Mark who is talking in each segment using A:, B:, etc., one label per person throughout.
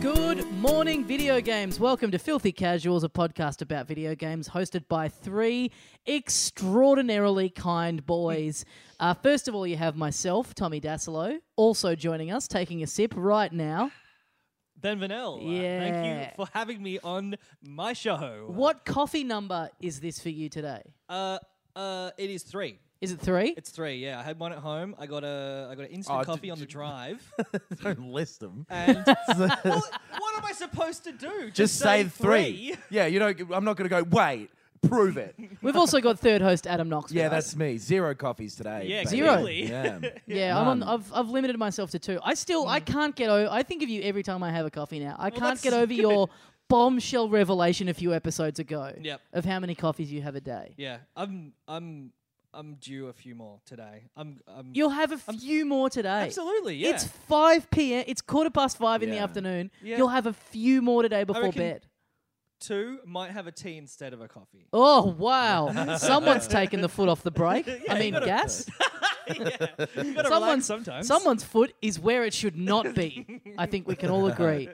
A: Good morning, video games. Welcome to Filthy Casuals, a podcast about video games hosted by three extraordinarily kind boys. Uh, first of all, you have myself, Tommy Dasilo, also joining us, taking a sip right now.
B: Ben Vanel. uh,
A: Yeah.
B: thank you for having me on my show.
A: What coffee number is this for you today?
B: Uh, uh, it is three.
A: Is it three?
B: It's three. Yeah, I had one at home. I got a I got an instant
C: Oh, d-
B: coffee on
C: d-
B: the drive.
C: Don't list them.
B: and well, what am I supposed to do? Uh, Just,
C: Just say three. Yeah, you know, I'm not going to go, wait, prove it.
A: We've also got third host Adam Knox. with
C: yeah,
A: us.
C: that's me. Zero coffees today.
B: Yeah,
C: baby.
A: Zero.
B: clearly.
C: Yeah.
A: Yeah, I'm on,
C: None.
A: I've I've limited myself to two. I still I can't get over. I think of you every time I have a coffee now. I can't
B: that's
A: get over
B: good.
A: your bombshell revelation a few episodes ago.
B: Yep.
A: Of how many coffees you have a day.
B: Yeah, I'm I'm I'm due a few more today. I'm I'm
A: You'll have a few more today.
B: absolutely yeah.
A: It's five p.m. It's quarter past five in the
C: Yeah.
A: afternoon.
B: Yeah.
A: You'll have a few more today before
B: reckon-
A: bed.
B: two might have a tea instead of a coffee.
A: Oh wow! Someone's taken the foot off the brake. I mean,
B: gotta-
A: gas.
B: you gotta relax
A: someone's
B: sometimes.
A: someone's foot is where it should not be. I think we can all agree.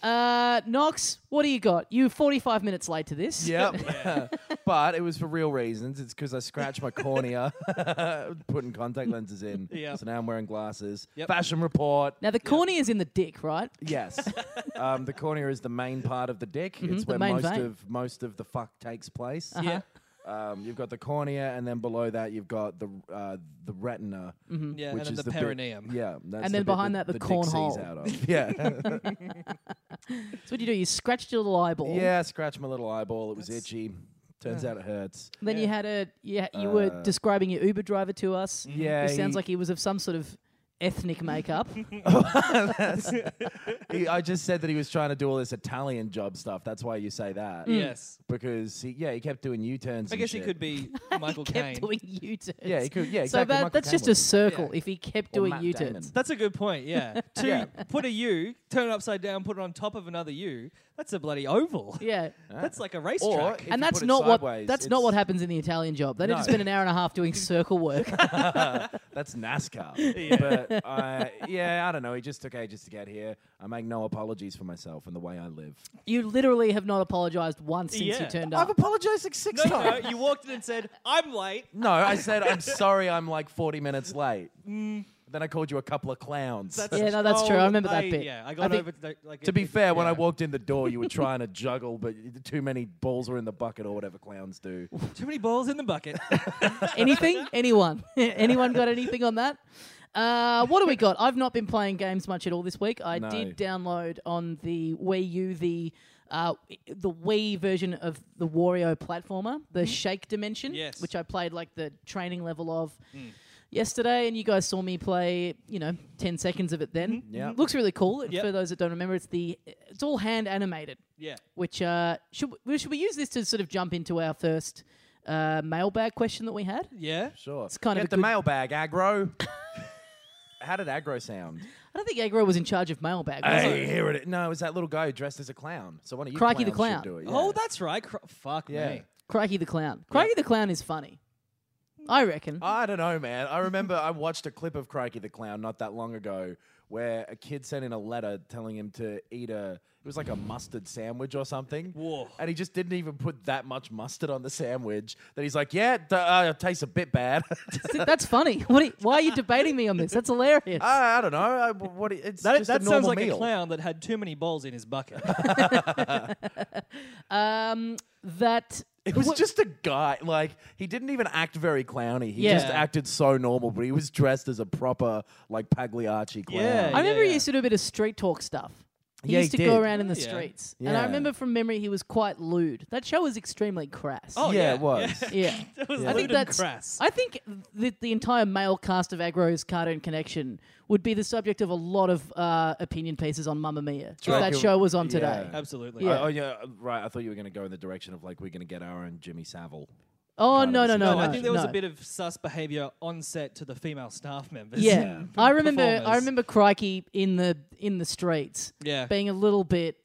A: Uh, Knox, what do you got? You forty-five minutes late to this.
C: Yep. but it was for real reasons. It's because I scratched my cornea putting contact lenses in.
B: Yep.
C: So now I'm wearing glasses.
B: Yep.
C: Fashion report.
A: Now the cornea is in the dick, right?
C: Yes. um, the cornea is the main part of the dick. it's
A: the
C: where
A: main
C: most
A: vein.
C: of most of the fuck takes place.
B: yeah
C: Um, you've got the cornea, and then below that you've got the uh, the retina,
B: yeah,
C: which
B: and then
C: is
B: the,
C: the bit-
B: perineum.
C: yeah, that's
A: And
C: the
A: then
C: bit
A: behind that, the
C: dick sees
A: cornhole.
C: out of. Yeah,
A: So what do you do? You scratched your little eyeball.
C: yeah. Scratch my little eyeball. It was itchy. Turns out it hurts.
A: Then you
B: Yeah.
A: had a yeah. You were describing your Uber driver to us.
C: Uh, Yeah,
A: It sounds
C: he-
A: like he was of some sort of ethnic makeup.
C: He- I just said that he was trying to do all this Italian job stuff. That's why you say that.
A: Mm.
B: Yes.
C: Because he, yeah, he kept doing U turns.
B: I guess he could be Michael
A: he
B: Caine.
A: kept doing U-turns.
C: Yeah, he could. Yeah,
A: so
C: exactly. Michael
A: that, that's
C: Caine
A: just a
C: was.
A: circle. If he kept
C: Or
A: doing
C: Matt
A: U-turns.
C: Damon.
B: That's a good point. Yeah, to
C: Yeah.
B: put a U, turn it upside down, put it on top of another U. That's a bloody oval.
A: Yeah.
B: That's like a
C: Or
B: racetrack.
C: if
A: and
C: you
A: that's
C: put it
A: not what
C: sideways,
A: that's not
C: it's-
A: what happens in the Italian job. They didn't
C: No.
A: spend an hour and a half doing circle work.
C: That's NASCAR. But I, yeah, I don't know. He just took ages to get here. I make no apologies for myself and the way I live.
A: you literally have not apologized once since you
B: Yeah.
A: turned
C: I've
A: up.
C: apologized like six
B: no, no,
C: times.
B: you walked in and said, "I'm late."
C: No, I said I'm sorry. I'm like 40 minutes late. Then I called you a couple of clowns.
B: That's- oh,
A: Yeah, no, Mm. that's true. I remember that
B: I-
A: bit.
B: Yeah,
A: I
B: I got
A: think-
B: over to, like.
C: to be
B: it-
C: fair, when I
B: yeah.
C: walked in the door, you were trying to juggle, but too many balls were in the bucket or whatever clowns do.
B: too many balls in the bucket.
A: Anything? Anyone? Anyone got anything on that? Uh, what do we got? I've not been playing games much at all this week. I
C: No.
A: did download on the Wii U the uh, the Wii version of the Wario platformer, the Shake Dimension,
B: Mm-hmm. Yes. Mm.
A: which I played like the training level of yesterday, and you guys saw me play, you know, ten seconds of it. Then
C: Yeah.
A: looks really cool. And
B: Mm-hmm. Yep.
A: For those that don't remember, it's the it's all hand animated
B: yeah,
A: which uh, should we, should we use this to sort of jump into our first uh, mailbag question that we had?
B: yeah.
C: Sure.
A: It's kind of
C: Get
A: a
C: the
A: good-
C: mailbag, aggro. How did aggro sound?
A: I don't think Agro was in charge of mailbag. Was
C: Hey,
A: he?
C: here it is. No, it was that little guy who dressed as a clown. So one of you
A: Crikey the
C: clowns should
A: clown.
C: do it. yeah.
B: Oh, that's right. Cr- fuck
C: Yeah.
B: me.
A: Crikey the clown. Crikey the clown is funny. I reckon.
C: I don't know, man. I remember I watched a clip of Crikey the Clown not that long ago where a kid sent in a letter telling him to eat a it was like a mustard sandwich or something.
B: Whoa.
C: And he just didn't even put that much mustard on the sandwich that he's like, "Yeah, d- uh, it tastes a bit bad."
A: See, That's funny. What? Are you, why are you debating me on this? That's hilarious.
C: I, I don't know. I, what it's
B: That,
C: just
B: that
C: a
B: sounds
C: normal
B: like
C: meal.
B: a clown that had too many balls in his bucket.
A: that
C: It was just a guy. Like he didn't even act very clowny. He just
A: Yeah.
C: acted so normal, but he was dressed as a proper like Pagliacci clown.
B: Yeah.
A: I remember
B: yeah.
A: he used to do a bit of street talk stuff. He
C: Yeah,
A: used
C: he
A: to go
C: did.
A: around in the
B: Yeah.
A: streets. And I
C: Yeah.
A: remember from memory he was quite lewd. That show was extremely crass.
B: Oh,
C: yeah,
B: yeah,
C: it was.
A: yeah.
B: That was
A: I think
B: lewd and
A: that's
B: crass.
A: I think the, the entire male cast of Agro's Cartoon Connection would be the subject of a lot of uh, opinion pieces on Mamma Mia if that
C: Dracula-
A: show was on
C: yeah.
A: today.
B: Absolutely.
A: Yeah.
C: Oh, yeah, right. I thought you were going to go in the direction of like we're going to get our own Jimmy Savile.
A: Oh
C: Kind
A: no,
C: of
A: no,
C: a
A: no, no!
B: No, I think there was
A: no.
B: a bit of sus behaviour on set to the female staff members.
A: Yeah, I remember. I
B: performers.
A: remember Crikey in the in the streets.
B: Yeah. Mm-hmm.
A: being a little bit,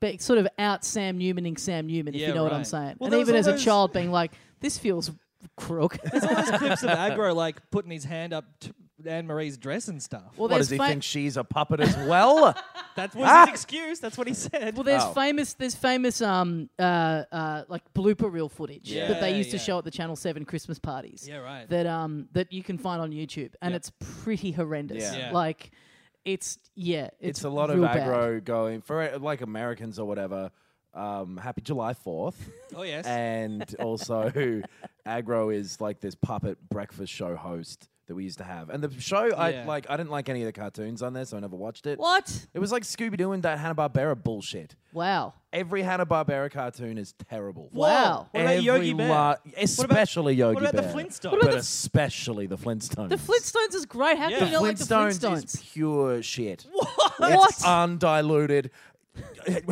A: be- sort of out Sam Newmaning Sam Newman, if
B: Yeah,
A: you know what I'm
B: right.
A: saying.
B: Well,
A: and
B: there was
A: even
B: all
A: as a
B: those-
A: child, being like, this feels crook.
B: all those clips of aggro like putting his hand up to Anne Marie's dress and stuff.
A: well,
C: What
A: there's
C: does he
A: fa-
C: think? She's a puppet as well.
B: that was
C: Ah!
B: his excuse. That's what he said.
A: Well, there's
C: Oh.
A: famous, there's famous, um, uh, uh, like blooper reel footage that they
B: Yeah,
A: used to
B: yeah.
A: show at the Channel Seven Christmas parties.
B: Yeah, right.
A: That um, that you can find on YouTube, and
B: Yeah.
A: it's pretty horrendous.
C: Yeah.
B: Yeah.
A: Like, it's yeah, it's,
C: it's a lot of
A: real bad.
C: aggro going for uh, like Americans or whatever. Um, happy July Fourth,
B: oh yes.
C: and also aggro is like this puppet breakfast show host that we used to have. And the show, I
B: Yeah.
C: like. I didn't like any of the cartoons on there, so I never watched it.
A: What?
C: It was like Scooby Doo and that Hanna Barbera bullshit.
A: Wow.
C: Every Hanna Barbera cartoon is terrible.
B: Whoa.
A: Wow.
B: What about
C: Every
B: Yogi Bear?
C: la- especially Yogi
B: what about the
C: Bear.
B: Flintstones?
C: But
B: What about
A: the-
C: especially the Flintstones.
A: The Flintstones is great. How
B: Yeah.
A: can you
B: The
A: not like the Flintstones?
C: is pure shit.
A: What?
C: It's undiluted.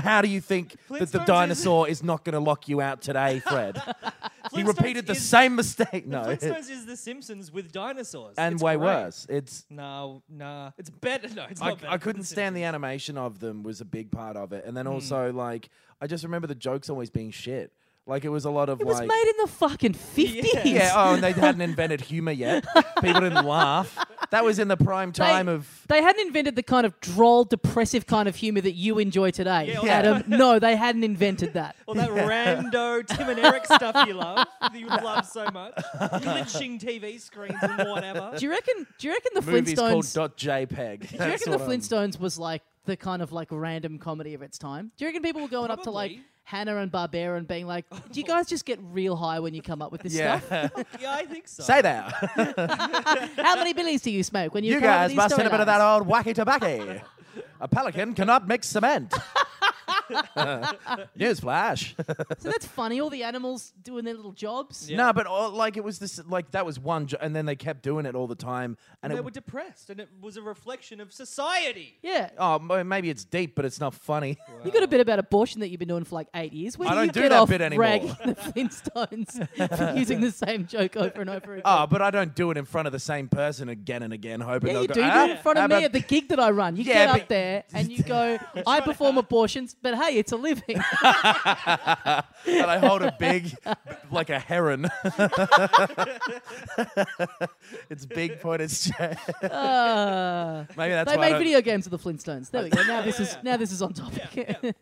C: How do you think that the
B: Flintstones is-
C: dinosaur is not going to lock you out today, Fred? he
B: Flintstones
C: repeated the
B: is-
C: same mistake. No, it-
B: Flintstones is The Simpsons with dinosaurs.
C: and
B: It's
C: way
B: great.
C: worse. It's
B: No, nah. It's better. No, it's
C: I,
B: not Hmm. better.
C: I
B: than
C: couldn't
B: The
C: stand
B: Simpsons.
C: the animation of them was a big part of it, and then also like I just remember the jokes always being shit. Like it was a lot of
A: It was
C: like
A: made in the fucking fifties.
C: yeah oh and they hadn't invented humor yet. People didn't laugh. That was in the prime time of
A: They hadn't invented the kind of droll, depressive kind of humor that you enjoy today,
B: Yeah, well,
A: Adam. no, they hadn't invented that.
B: All that rando Tim and Eric stuff you love, that you love so much, glitching TV screens and whatever.
A: Do you reckon? Do you reckon the
C: movies called
A: Flintstones?
C: dot JPEG.
A: do you reckon the Flintstones was like the kind of like random comedy of its time? Do you reckon people were going up to like
B: Probably.
A: Hannah and Barbera and being like, "Do you guys just get real high when you come up with this
C: Yeah.
A: stuff?
B: Yeah, I think so.
C: Say that.
A: How many billies do you smoke when you,
C: You
A: come up
C: guys
A: with these
C: must hit a bit of that
A: storylines?"
C: old wacky tobacco. a pelican cannot mix cement. Newsflash.
A: So that's funny. All the animals doing their little jobs.
C: no, but all, like it was this, like that was one, jo- and then they kept doing it all the time, and
B: They
C: it.
B: were depressed, and it was a reflection of society.
A: Yeah.
C: Oh, m- maybe it's deep, but it's not funny.
A: You got a bit about abortion that you've been doing for like eight years. Where
C: I
A: you
C: don't do
A: get
C: that
A: off
C: bit anymore.
A: ragging the Flintstones for using the same joke over and over again.
C: Oh, but I don't do it in front of the same person again and again, hoping
A: yeah,
C: they'll
A: you
C: go.
A: do do
C: "Ah,
A: it in front
C: how
A: of me
C: about
A: at the gig that I run. You
C: Yeah,
A: get up
C: but-
A: there and you go, I perform abortions, but hey, it's a living.
C: and I hold a big, like a heron. it's big pointed. Maybe
A: Uh,
C: that's
A: they
C: why I
A: made
C: don't-
A: video games of the Flintstones. There we go. Now this is
B: yeah.
A: now this is on topic.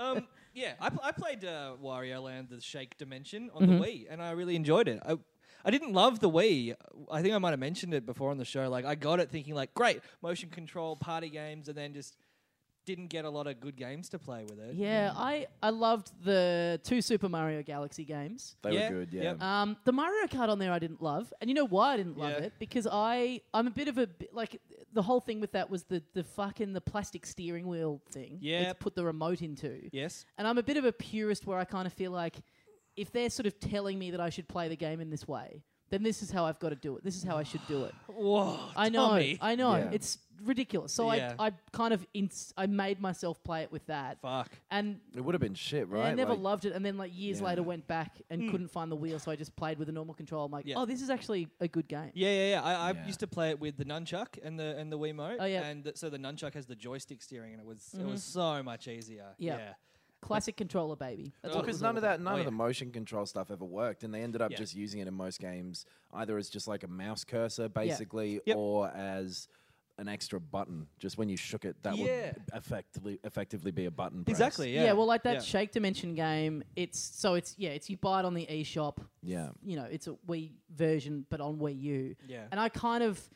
B: Um, yeah, I, pl- I played uh, Wario Land: The Shake Dimension on
A: Mm-hmm.
B: the Wii, and I really enjoyed it. I, I didn't love the Wii. I think I might have mentioned it before on the show. Like, I got it thinking like, great motion control party games, and then just didn't get a lot of good games to play with it.
A: yeah, I I loved the two Super Mario Galaxy games.
C: They
B: Yeah,
C: were good, yeah.
B: yep.
A: Um, the Mario Kart on there I didn't love, and you know why I didn't love
B: Yeah.
A: it because I I'm a bit of a bi- like the whole thing with that was the the fucking the plastic steering wheel thing. that you
B: Yep.
A: put the remote into.
B: Yes.
A: And I'm a bit of a purist where I kind of feel like if they're sort of telling me that I should play the game in this way, then this is how I've got to do it. This is how I should do it.
B: Whoa.
A: I know,
B: Tommy.
A: I know,
C: Yeah.
A: it's ridiculous. So
B: Yeah.
A: I I kind of ins- I made myself play it with that,
B: Fuck.
A: and
C: It would have been shit,
A: and
C: right?
A: I never
C: Like-
A: loved it, and then like years
C: Yeah.
A: later went back and couldn't find the wheel, so I just played with a normal control. I'm like,
B: Yeah.
A: oh, this is actually a good game.
B: Yeah, yeah, yeah. I, I
C: Yeah.
B: used to play it with the nunchuck and the and the Wiimote.
A: Oh, yeah. Mm-hmm.
B: And th- so the nunchuck has the joystick steering, and it was it was so much easier.
A: Yeah.
B: Yeah.
A: Classic controller, baby. That's
C: Well,
A: what it
C: because
A: was
C: none
A: all
C: of that,
A: about.
C: none
B: Oh,
C: of the
B: yeah.
C: motion control stuff ever worked, and they ended up
B: Yeah.
C: just using it in most games either as just like a mouse cursor, basically,
B: Yep.
C: or as an extra button. Just when you shook it, that
B: Yeah.
C: would effectively effectively be a button. Press.
B: Exactly.
A: Yeah.
B: Yeah.
A: well, like that
B: Yeah.
A: Shake Dimension game. It's so it's yeah, it's you buy it on the eShop.
C: Yeah.
A: you know, it's a Wii version, but on Wii U.
B: Yeah.
A: And I kind of,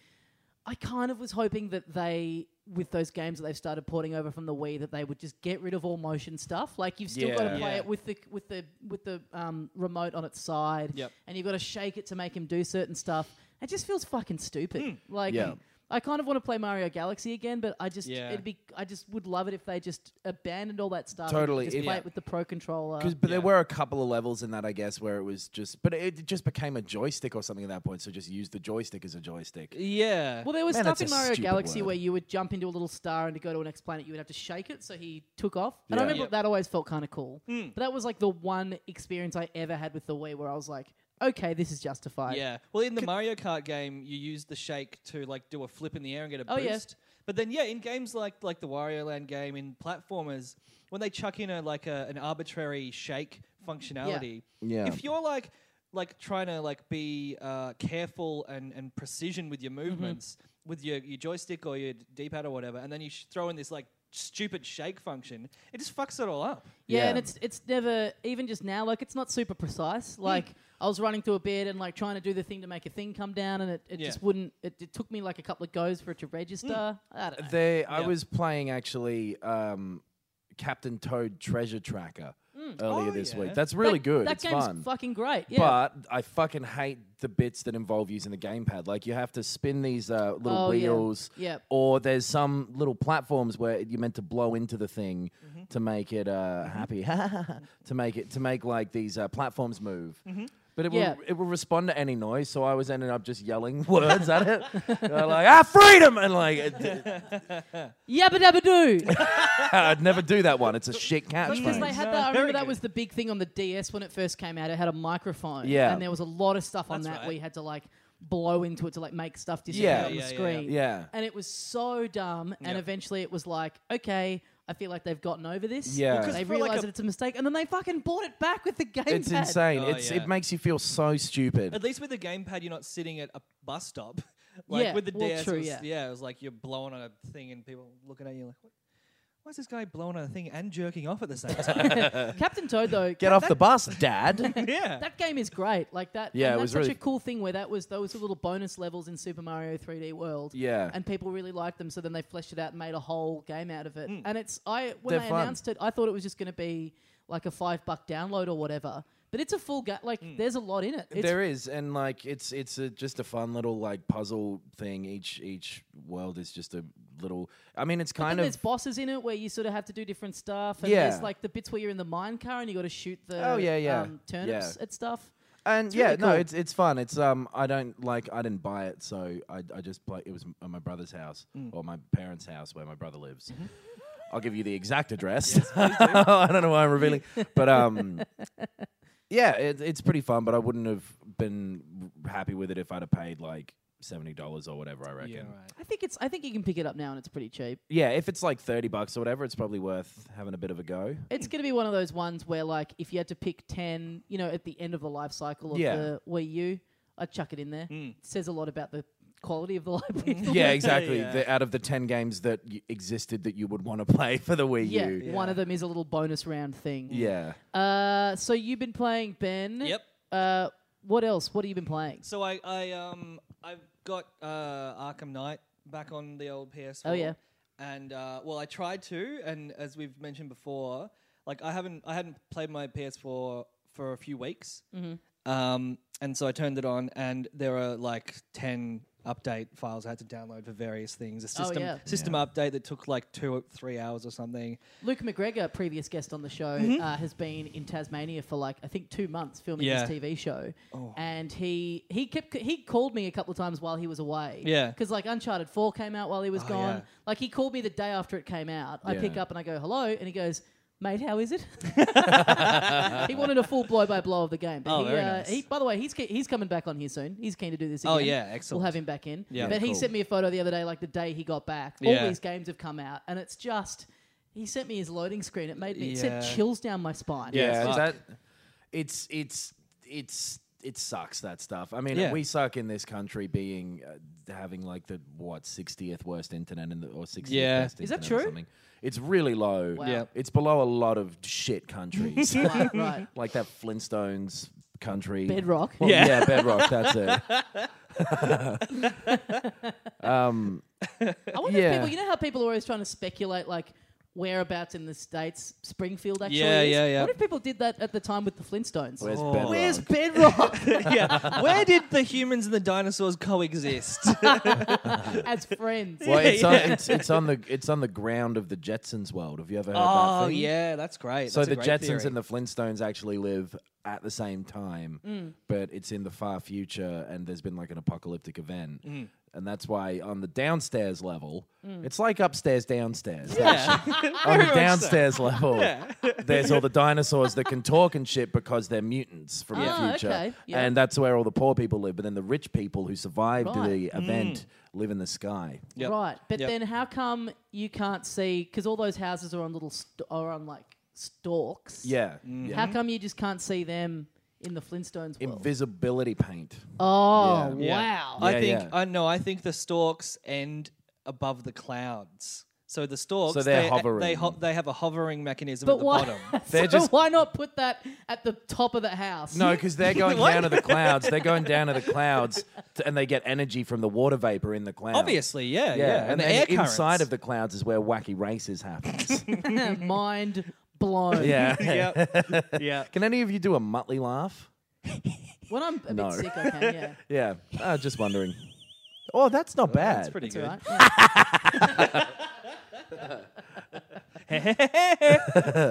A: I kind of was hoping that they, with those games that they've started porting over from the Wii, that they would just get rid of all motion stuff. Like you've still got to
C: Yeah.
A: play
B: Yeah.
A: it with the with the with the um, remote on its side,
B: Yep.
A: and you've got to shake it to make him do certain stuff. It just feels fucking stupid. Like.
C: Yeah.
A: I kind of want to play Mario Galaxy again, but I just
B: Yeah.
A: it'd be I just would love it if they just abandoned all that stuff.
C: Totally,
A: and just
C: it-
A: play
C: Yeah.
A: it with the Pro controller.
C: Because, but there
B: Yeah.
C: were a couple of levels in that, I guess, where it was just, but it it just became a joystick or something at that point. So just use the joystick as a joystick.
B: Yeah.
A: Well, there was
C: Man,
A: stuff
C: that's
A: in
C: a
A: Mario
C: stupid
A: Galaxy
C: word.
A: where you would jump into a little star and to go to an next planet, you would have to shake it. So he took off, and I
C: Yeah.
A: remember
B: Yep.
A: that always felt kind of cool.
B: Hmm.
A: But that was like the one experience I ever had with the Wii where I was like, okay, this is justified.
B: yeah. Well, in the Mario Kart game, you use the shake to like do a flip in the air and get a
A: Oh,
B: boost.
A: yeah.
B: But then, yeah, in games like like the Wario Land game, in platformers, when they chuck in a like a, an arbitrary shake functionality,
C: Yeah.
B: if you're like like trying to like be uh, careful and and precision with your movements with your, your joystick or your d-pad or whatever, and then you sh- throw in this like stupid shake function, it just fucks it all up.
A: Yeah,
C: Yeah.
A: and it's it's never even just now. Like it's not super
B: Hmm.
A: precise. Like I was running through a bed and like trying to do the thing to make a thing come down, and it, it
B: Yeah.
A: just wouldn't. It, it took me like a couple of goes for it to register.
B: Hmm.
A: I don't know.
C: They, I
B: Yeah.
C: was playing actually um, Captain Toad Treasure Tracker earlier
B: Oh,
C: this
B: yeah.
C: week. That's really
A: That-
C: good.
A: That
C: it's
A: game's
C: fun.
A: fucking great. Yeah.
C: But I fucking hate the bits that involve using the gamepad. Like you have to spin these uh, little
A: Oh, yeah.
C: wheels,
A: Yep.
C: or there's some little platforms where you're meant to blow into the thing
A: Mm-hmm.
C: to make it uh, happy, to make it to make like these uh, platforms move. But it
A: Mm-hmm. Yeah.
C: will it will respond to any noise, so I was ending up just yelling words at it, And I'm like ah freedom, and like it,
A: Yabba dabba doo.
C: I'd never do that one. It's a shit
A: Because they
C: catchphrase.
A: had
B: No,
A: that. I remember
B: very
A: that
B: good.
A: was the big thing on the DS when it first came out. It had a microphone.
C: Yeah.
A: And there was a lot of stuff on that
B: That's
A: where
B: right.
A: you had to like blow into it to like make stuff disappear
C: Yeah.
A: on
C: Yeah,
A: the
B: yeah, yeah.
A: screen.
C: Yeah.
A: And it was so dumb. And
B: Yeah.
A: eventually it was like, okay, I feel like they've gotten over this.
C: Yeah. Because
A: They've
B: for, like,
A: realized
B: a-
A: that it's a mistake. And then they fucking bought it back with the game.
C: It's insane.
B: Oh,
C: it's
B: yeah.
C: it makes you feel so stupid.
B: At least with the gamepad, you're not sitting at a bus stop. like
A: Yeah,
B: with the
A: well,
B: DS,
A: true,
B: it was,
A: yeah.
B: it was like you're blowing on a thing and people looking at you like, what? Why is this guy blowing on a thing and jerking off at the same time?
A: Captain Toad, though.
C: Get off the bus, Dad.
B: yeah.
A: That game is great. Like that.
C: Yeah,
A: and
C: it
A: that's
C: was
A: such
C: really-
A: a cool thing where that was those were little bonus levels in Super Mario 3D World.
C: Yeah.
A: and people really liked them, so then they fleshed it out and made a whole game out of it. And it's I when
C: They're
A: they
C: fun.
A: announced it, I thought it was just going to be like a five buck download or whatever. But it's a full game. Like there's a lot in it. It's
C: there is, and like it's it's a, just a fun little like puzzle thing. Each each world is just a little. I mean, it's
A: and
C: kind
A: there's
C: of
A: bosses in it where you sort of have to do different stuff. And
C: Yeah.
A: there's like the bits where you're in the mine car and you got to shoot the
C: Oh, yeah, yeah.
A: um, turnips
C: Yeah.
A: and stuff.
C: and
A: really
C: yeah, no,
A: cool.
C: it's it's fun. It's um, I don't like I didn't buy it, so I I just play. It was m- at my brother's house
A: Mm.
C: or my parents' house where my brother lives.
A: Mm-hmm.
C: I'll give you the exact address. I don't know why I'm revealing, but um, yeah, it, it's pretty fun. But I wouldn't have been happy with it if I'd have paid like seventy dollars or whatever. I reckon.
B: Yeah, right.
A: I think it's I think you can pick it up now and it's pretty cheap.
C: Yeah, if it's like thirty bucks or whatever, it's probably worth having a bit of a go.
A: It's going to be one of those ones where, like, if you had to pick 10, you know, at the end of the life cycle of
C: Yeah. Mm.
A: the Wii U, I'd chuck it in there. It says a lot about the quality of the library.
C: Yeah, exactly.
B: Yeah.
C: The, out of the ten games that y- existed that you would want to play for the Wii
A: yeah,
C: U,
A: one of them is a little bonus round thing.
C: yeah,
A: Uh, so you've been playing, Ben.
B: Yep.
A: Uh, what else? What have you been playing?
B: So I, I um I've got uh, Arkham Knight back on the old PS4.
A: Oh, yeah.
B: And uh, well, I tried to, and as we've mentioned before, like I haven't I hadn't played my PS4 for a few weeks.
A: Mm-hmm.
B: Um, and so I turned it on, and there are like ten update files I had to download for various things. A system
A: Oh, yeah.
B: system update that took like two or three hours or something.
A: Luke McGregor, previous guest on the show,
B: Mm-hmm.
A: uh, has been in Tasmania for like I think two months filming
B: Yeah. Oh.
A: his TV show, and he he kept he called me a couple of times while he was away.
B: Yeah. Oh,
A: because like Uncharted Four came out while he was gone.
B: yeah.
A: Like he called me the day after it came out. I pick
C: Yeah.
A: up and I go hello, and he goes. Mate, how is it? he wanted a full blow by blow of the game. But
B: Oh,
A: he,
B: very
A: uh,
B: nice.
A: he, by the way, he's ke- he's coming back on here soon. He's keen to do this again.
B: Oh, yeah, excellent.
A: We'll have him back in.
B: Yeah.
A: but he
C: Cool.
A: sent me a photo the other day, like the day he got back. All
B: Yeah.
A: these games have come out, and it's just he sent me his loading screen. It made me it sent
B: Yeah.
A: chills down my spine.
C: yeah.
B: fuck.
C: That it's it's it's it sucks that stuff. I mean,
B: Yeah.
C: we suck in this country being uh, having like the what sixtieth worst internet in the, or sixtieth
B: Yeah.
C: best
A: Is that
C: internet or
A: true?
C: something. It's really low.
A: Wow. Yeah.
C: it's below a lot of shit countries.
A: Right, right.
C: like that Flintstones country.
A: Bedrock.
C: Well,
B: Yeah.
C: yeah. Bedrock. That's it. um,
A: I wonder if
C: Yeah.
A: people, you know how people are always trying to speculate, like, whereabouts in the states Springfield actually
B: Yeah,
A: is.
B: yeah, yeah.
A: What if people did that at the time with the Flintstones?
C: Where's
B: Oh.
C: Bedrock?
A: Where's bedrock?
B: yeah. Where did the humans and the dinosaurs coexist?
A: as friends?
C: Well, it's,
B: Yeah,
C: on,
B: yeah.
C: it's, it's on the it's on the ground of the Jetsons world. Have you ever heard that
B: oh,
C: thing?
B: yeah, that's great.
C: So
B: That's a
C: the
B: great
C: Jetsons
B: theory.
C: and the Flintstones actually live at the same time,
B: Mm.
C: but it's in the far future, and there's been like an apocalyptic event,
B: Mm.
C: and that's why on the downstairs level, it's like upstairs downstairs.
B: Yeah.
C: on the
B: much so.
C: downstairs level, there's all the dinosaurs that can talk and shit because they're mutants from
A: Ah,
C: the future,
A: okay. Yeah.
C: and that's where all the poor people live. But then the rich people who survived
A: Right.
C: the
B: Mm.
C: event live in the sky.
B: Yep.
A: Right, but
B: Yep.
A: then how come you can't see? Because all those houses are on little st- are on like stalks.
C: Yeah, yeah.
A: How come you just can't see them in the Flintstones world?
C: invisibility paint.
A: oh
B: Yeah.
A: wow!
C: Yeah,
B: I think
C: yeah.
B: I know. I think the stalks end above the clouds. So the stalks,
C: So they're
B: they, They,
C: hovering.
B: ho- they have a hovering mechanism at
A: But
B: the
A: why?
B: bottom.
C: They're
A: so
C: just-
A: why not put that at the top of the house?
C: No, because they're going
B: What?
C: down to the clouds. They're going down to the clouds, to, and they get energy from the water vapor in the clouds.
B: Obviously, yeah, yeah,
C: yeah. And,
B: And, the
C: then
B: air
C: inside
B: currents.
C: of the clouds is where wacky races happens.
A: mind blown.
C: yeah.
B: Yep. yeah.
C: Can any of you do a Muttley laugh?
A: When I'm a
C: No.
A: bit sick, I can. Yeah,
C: Yeah, uh, just wondering. Oh, that's not bad.
B: That's pretty
A: it's all
B: good.
A: right. Yeah.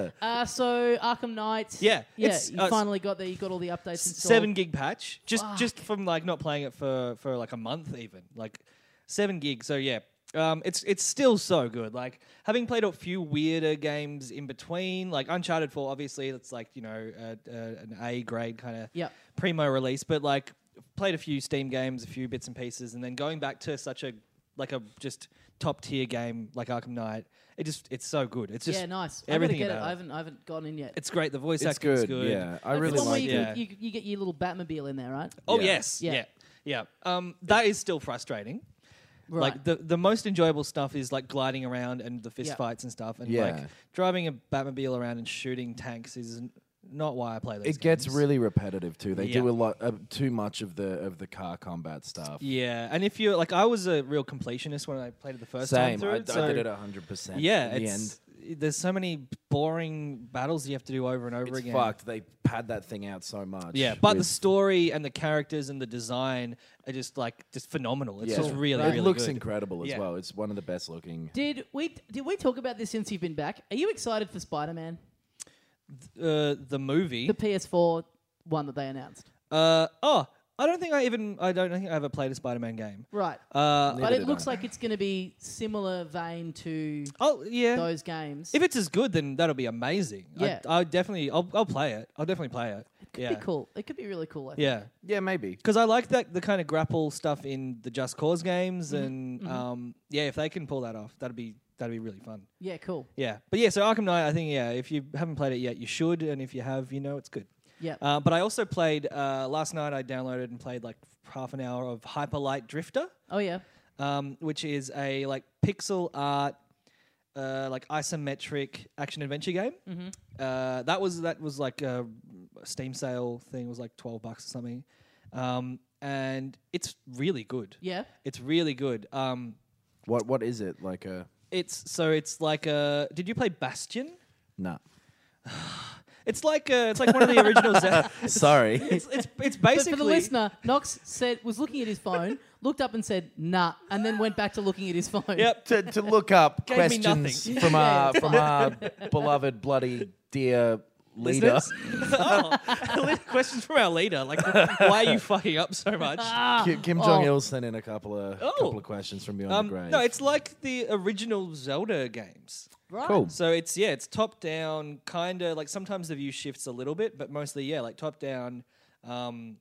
A: Uh, so Arkham Knight.
B: Yeah,
A: yeah.
B: it's-
A: You
B: uh, s-
A: finally got there. You got all the updates. Installed.
B: Seven gig patch. Just just from like not playing it for for like a month even. Like seven gig. So yeah. Um, it's it's still so good. Like having played a few weirder games in between, like Uncharted Four, obviously it's like you know a, a, an A grade kind of
A: Yep.
B: primo release, but like played a few Steam games, a few bits and pieces, and then going back to such a like a just top tier game like Arkham Knight, it just it's so good. It's just
A: Yeah, nice.
B: Everything
A: I'm gonna get
B: about
A: it.
B: it.
A: I haven't. I haven't gone in yet.
B: It's great. The voice
C: It's
B: acting is
C: good.
B: good.
C: Yeah, I
A: That's
C: really
A: the one
C: like
A: where
C: it.
A: you,
B: it.
A: can, you, you get your little Batmobile in there, right?
B: Oh
C: Yeah.
B: yes,
A: Yeah.
B: yeah, yeah. Um, that is still frustrating.
A: Right.
B: Like the the most enjoyable stuff is like gliding around and the fist
A: Yeah.
B: fights and stuff, and
C: Yeah.
B: like driving a Batmobile around and shooting tanks is n- not why I play those.
C: It gets
B: games.
C: really repetitive too. They do
B: Yeah.
C: a lot, uh, too much of the of the car combat stuff.
B: yeah. And if you're like, I was a real completionist when I played it the first time
C: Same.
B: through
C: I,
B: it.
C: I
B: so
C: did it hundred percent.
B: yeah,
C: in the end.
B: it's there's so many boring battles you have to do over and over
C: It's
B: again.
C: fucked. They pad that thing out so much.
B: Yeah, but the
C: with-
B: story and the characters and the design are just like just phenomenal. It's
C: yeah.
B: just really,
C: it
B: really
C: looks
B: good.
C: incredible as
B: Yeah.
C: well. It's one of the best looking.
A: did we did we talk about this since you've been back? Are you excited for Spider Man,
B: Uh, the movie,
A: the PS4 one that they announced?
B: Uh, oh, I don't think I even I don't think I ever played a Spider-Man game.
A: Right,
B: Uh,
A: but
C: Neither
A: it
C: did
A: looks
C: I.
A: like it's going to be similar vein to
B: oh yeah.
A: those games.
B: If it's as good, then that'll be amazing.
A: Yeah.
B: I, I definitely, I'll, I'll play it. I'll definitely play it.
A: it could
B: yeah.
A: be cool. It could be really cool. I think.
B: Yeah,
C: Yeah, maybe.
B: because I like that the kind of grapple stuff in the Just Cause games,
A: Mm-hmm.
B: and um, yeah, if they can pull that off, that'd be that'd be really fun.
A: yeah, cool.
B: Yeah, but yeah, so Arkham Knight, I think yeah, if you haven't played it yet, you should, and if you have, you know it's good.
A: Yeah,
B: Uh, but I also played uh, last night. I downloaded and played like half an hour of Hyper Light Drifter.
A: oh yeah,
B: um, which is a like pixel art, uh, like isometric action adventure game.
A: Mm-hmm.
B: Uh, that was that was like a Steam sale thing. It was like twelve bucks or something, um, and it's really good.
A: yeah.
B: It's really good. Um,
C: What What is it like? A
B: it's so it's like a. Did you play Bastion?
C: nah.
B: It's like a, it's like one of the original. Ze-
C: Sorry.
B: it's, it's it's
A: But
B: basically
A: for the listener, Knox said was looking at his phone, looked up and said nah, and then went back to looking at his phone.
B: Yep.
C: to, to look up
B: Gave me
C: questions
B: nothing.
C: from
A: Yeah,
C: our
A: it's
C: from our beloved bloody dear leader.
B: Listeners? oh, questions from our leader. Like, why are you fucking up so much?
C: Kim, Kim Jong Il sent in a couple of
B: Ah. Oh.
C: couple of questions from beyond
B: Um,
C: the grave.
B: no, it's like the original Zelda games.
A: Right.
C: cool.
B: So it's yeah, it's top down, kind of like sometimes the view shifts a little bit, but mostly yeah, like top down. Um,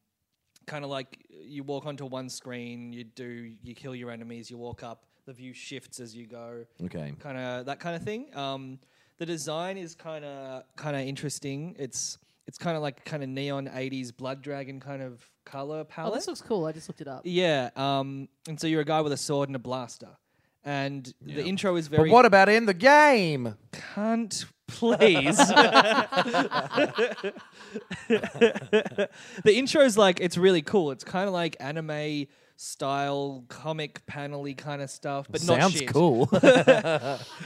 B: kind of like you walk onto one screen, you do, you kill your enemies, you walk up, the view shifts as you go.
C: Okay.
B: Kind of that kind of thing. Um, the design is kind of kind of interesting. It's it's kind of like kind of neon '80s blood dragon kind of color
A: Oh,
B: palette.
A: this looks cool. I just looked it up.
B: Yeah, um, and so you're a guy with a sword and a blaster, and the intro is
C: But
B: very.
C: what about in the game?
B: Can't please. the intro is like it's really cool. It's kind of like anime style comic panely kind of stuff, but not
C: Sounds
B: shit.
C: cool.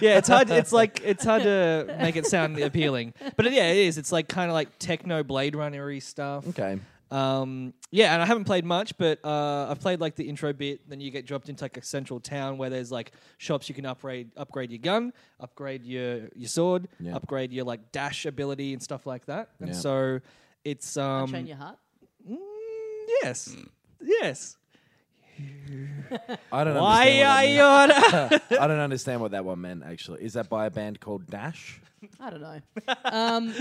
B: Yeah, it's hard. It's like it's hard to make it sound appealing, but it- yeah, it is. It's like kind of like techno Blade Runner-y stuff.
C: okay.
B: Um, yeah, and I haven't played much, but uh, I've played like the intro bit. Then you get dropped into like a central town where there's like shops you can upgrade, upgrade your gun, upgrade your your sword,
C: Yeah.
B: upgrade your like dash ability and stuff like that. And
C: Yeah.
B: so it's um, mm,
A: Train your heart.
B: yes,
C: Hmm.
B: yes.
C: I don't
B: Why are
C: understand.
B: you? on-
C: What that, I don't understand what that one meant. Actually, is that by a band called Dash?
A: I don't know. Um,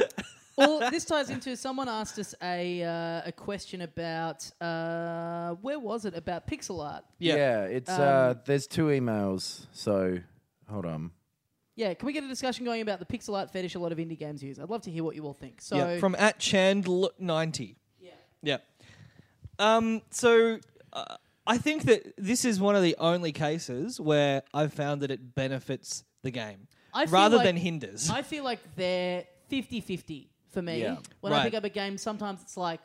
A: well, this ties into someone asked us a uh, a question about uh, where was it about pixel art?
B: Yeah.
C: it's uh, there's two emails. So hold on.
A: Yeah, can we get a discussion going about the pixel art fetish a lot of indie games use? I'd love to hear what you all think. So
B: Yeah, from at Chandl ninety. Yeah. Um, so uh, I think that this is one of the only cases where I've found that it benefits the game
A: I feel
B: rather
A: like-
B: than hinders.
A: I feel like they're 50-50 for me.
C: Yeah.
A: When I
B: Right.
A: pick up a game, sometimes it's like,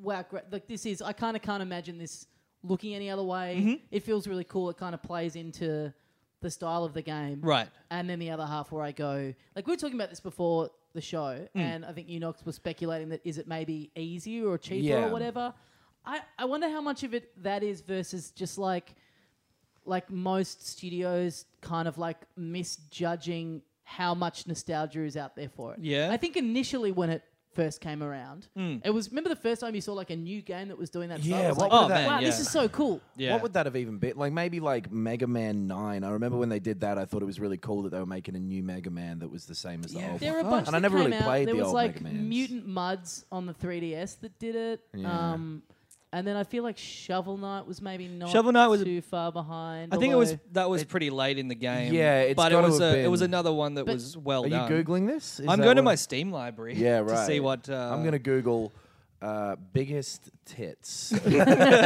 A: wow, great. like this is. I kind of can't imagine this looking any other way.
B: Mm-hmm.
A: It feels really cool. It kind of plays into the style of the game,
B: Right.
A: And then the other half where I go, like we were talking about this before the show,
C: Mm.
A: and I think Unox was speculating that is it maybe easier or cheaper
C: Yeah.
A: or whatever. I, I wonder how much of it that is versus just like like most studios kind of like misjudging how much nostalgia is out there for it.
B: Yeah.
A: I think initially when it first came around, it was remember the first time you saw like a new game that was doing that stuff?
C: Mm. Yeah,
A: It was like,
C: what would Oh, that-
A: wow,
B: man,
A: this
B: yeah.
A: is so cool.
B: yeah.
C: What would that have even been? Like maybe like Mega Man Nine. I remember when they did that. I thought it was really cool that they were making a new Mega Man that was the same as the old
A: There were
C: one.
A: a bunch
C: and
A: that
C: I never
A: came
C: really
A: out.
C: played
A: there
C: the
A: was
C: old
A: like
C: Mega Man.
A: Mutant Muds on the 3DS that did it.
C: Yeah.
A: Um and then I feel like Shovel Knight was maybe not
B: Shovel Knight was-
A: too far behind.
B: I think it was
A: although-
B: that was pretty late in the game.
C: Yeah, it's
B: but it
C: gotta
B: was
C: have
B: a, it was
C: been-
B: another one that
A: But-
B: was well
C: Are you
B: done.
C: googling this? Is
B: I'm
C: that
B: going to
C: what-
B: my Steam library.
C: Yeah, right.
B: To see what uh,
C: I'm gonna Google uh, biggest tits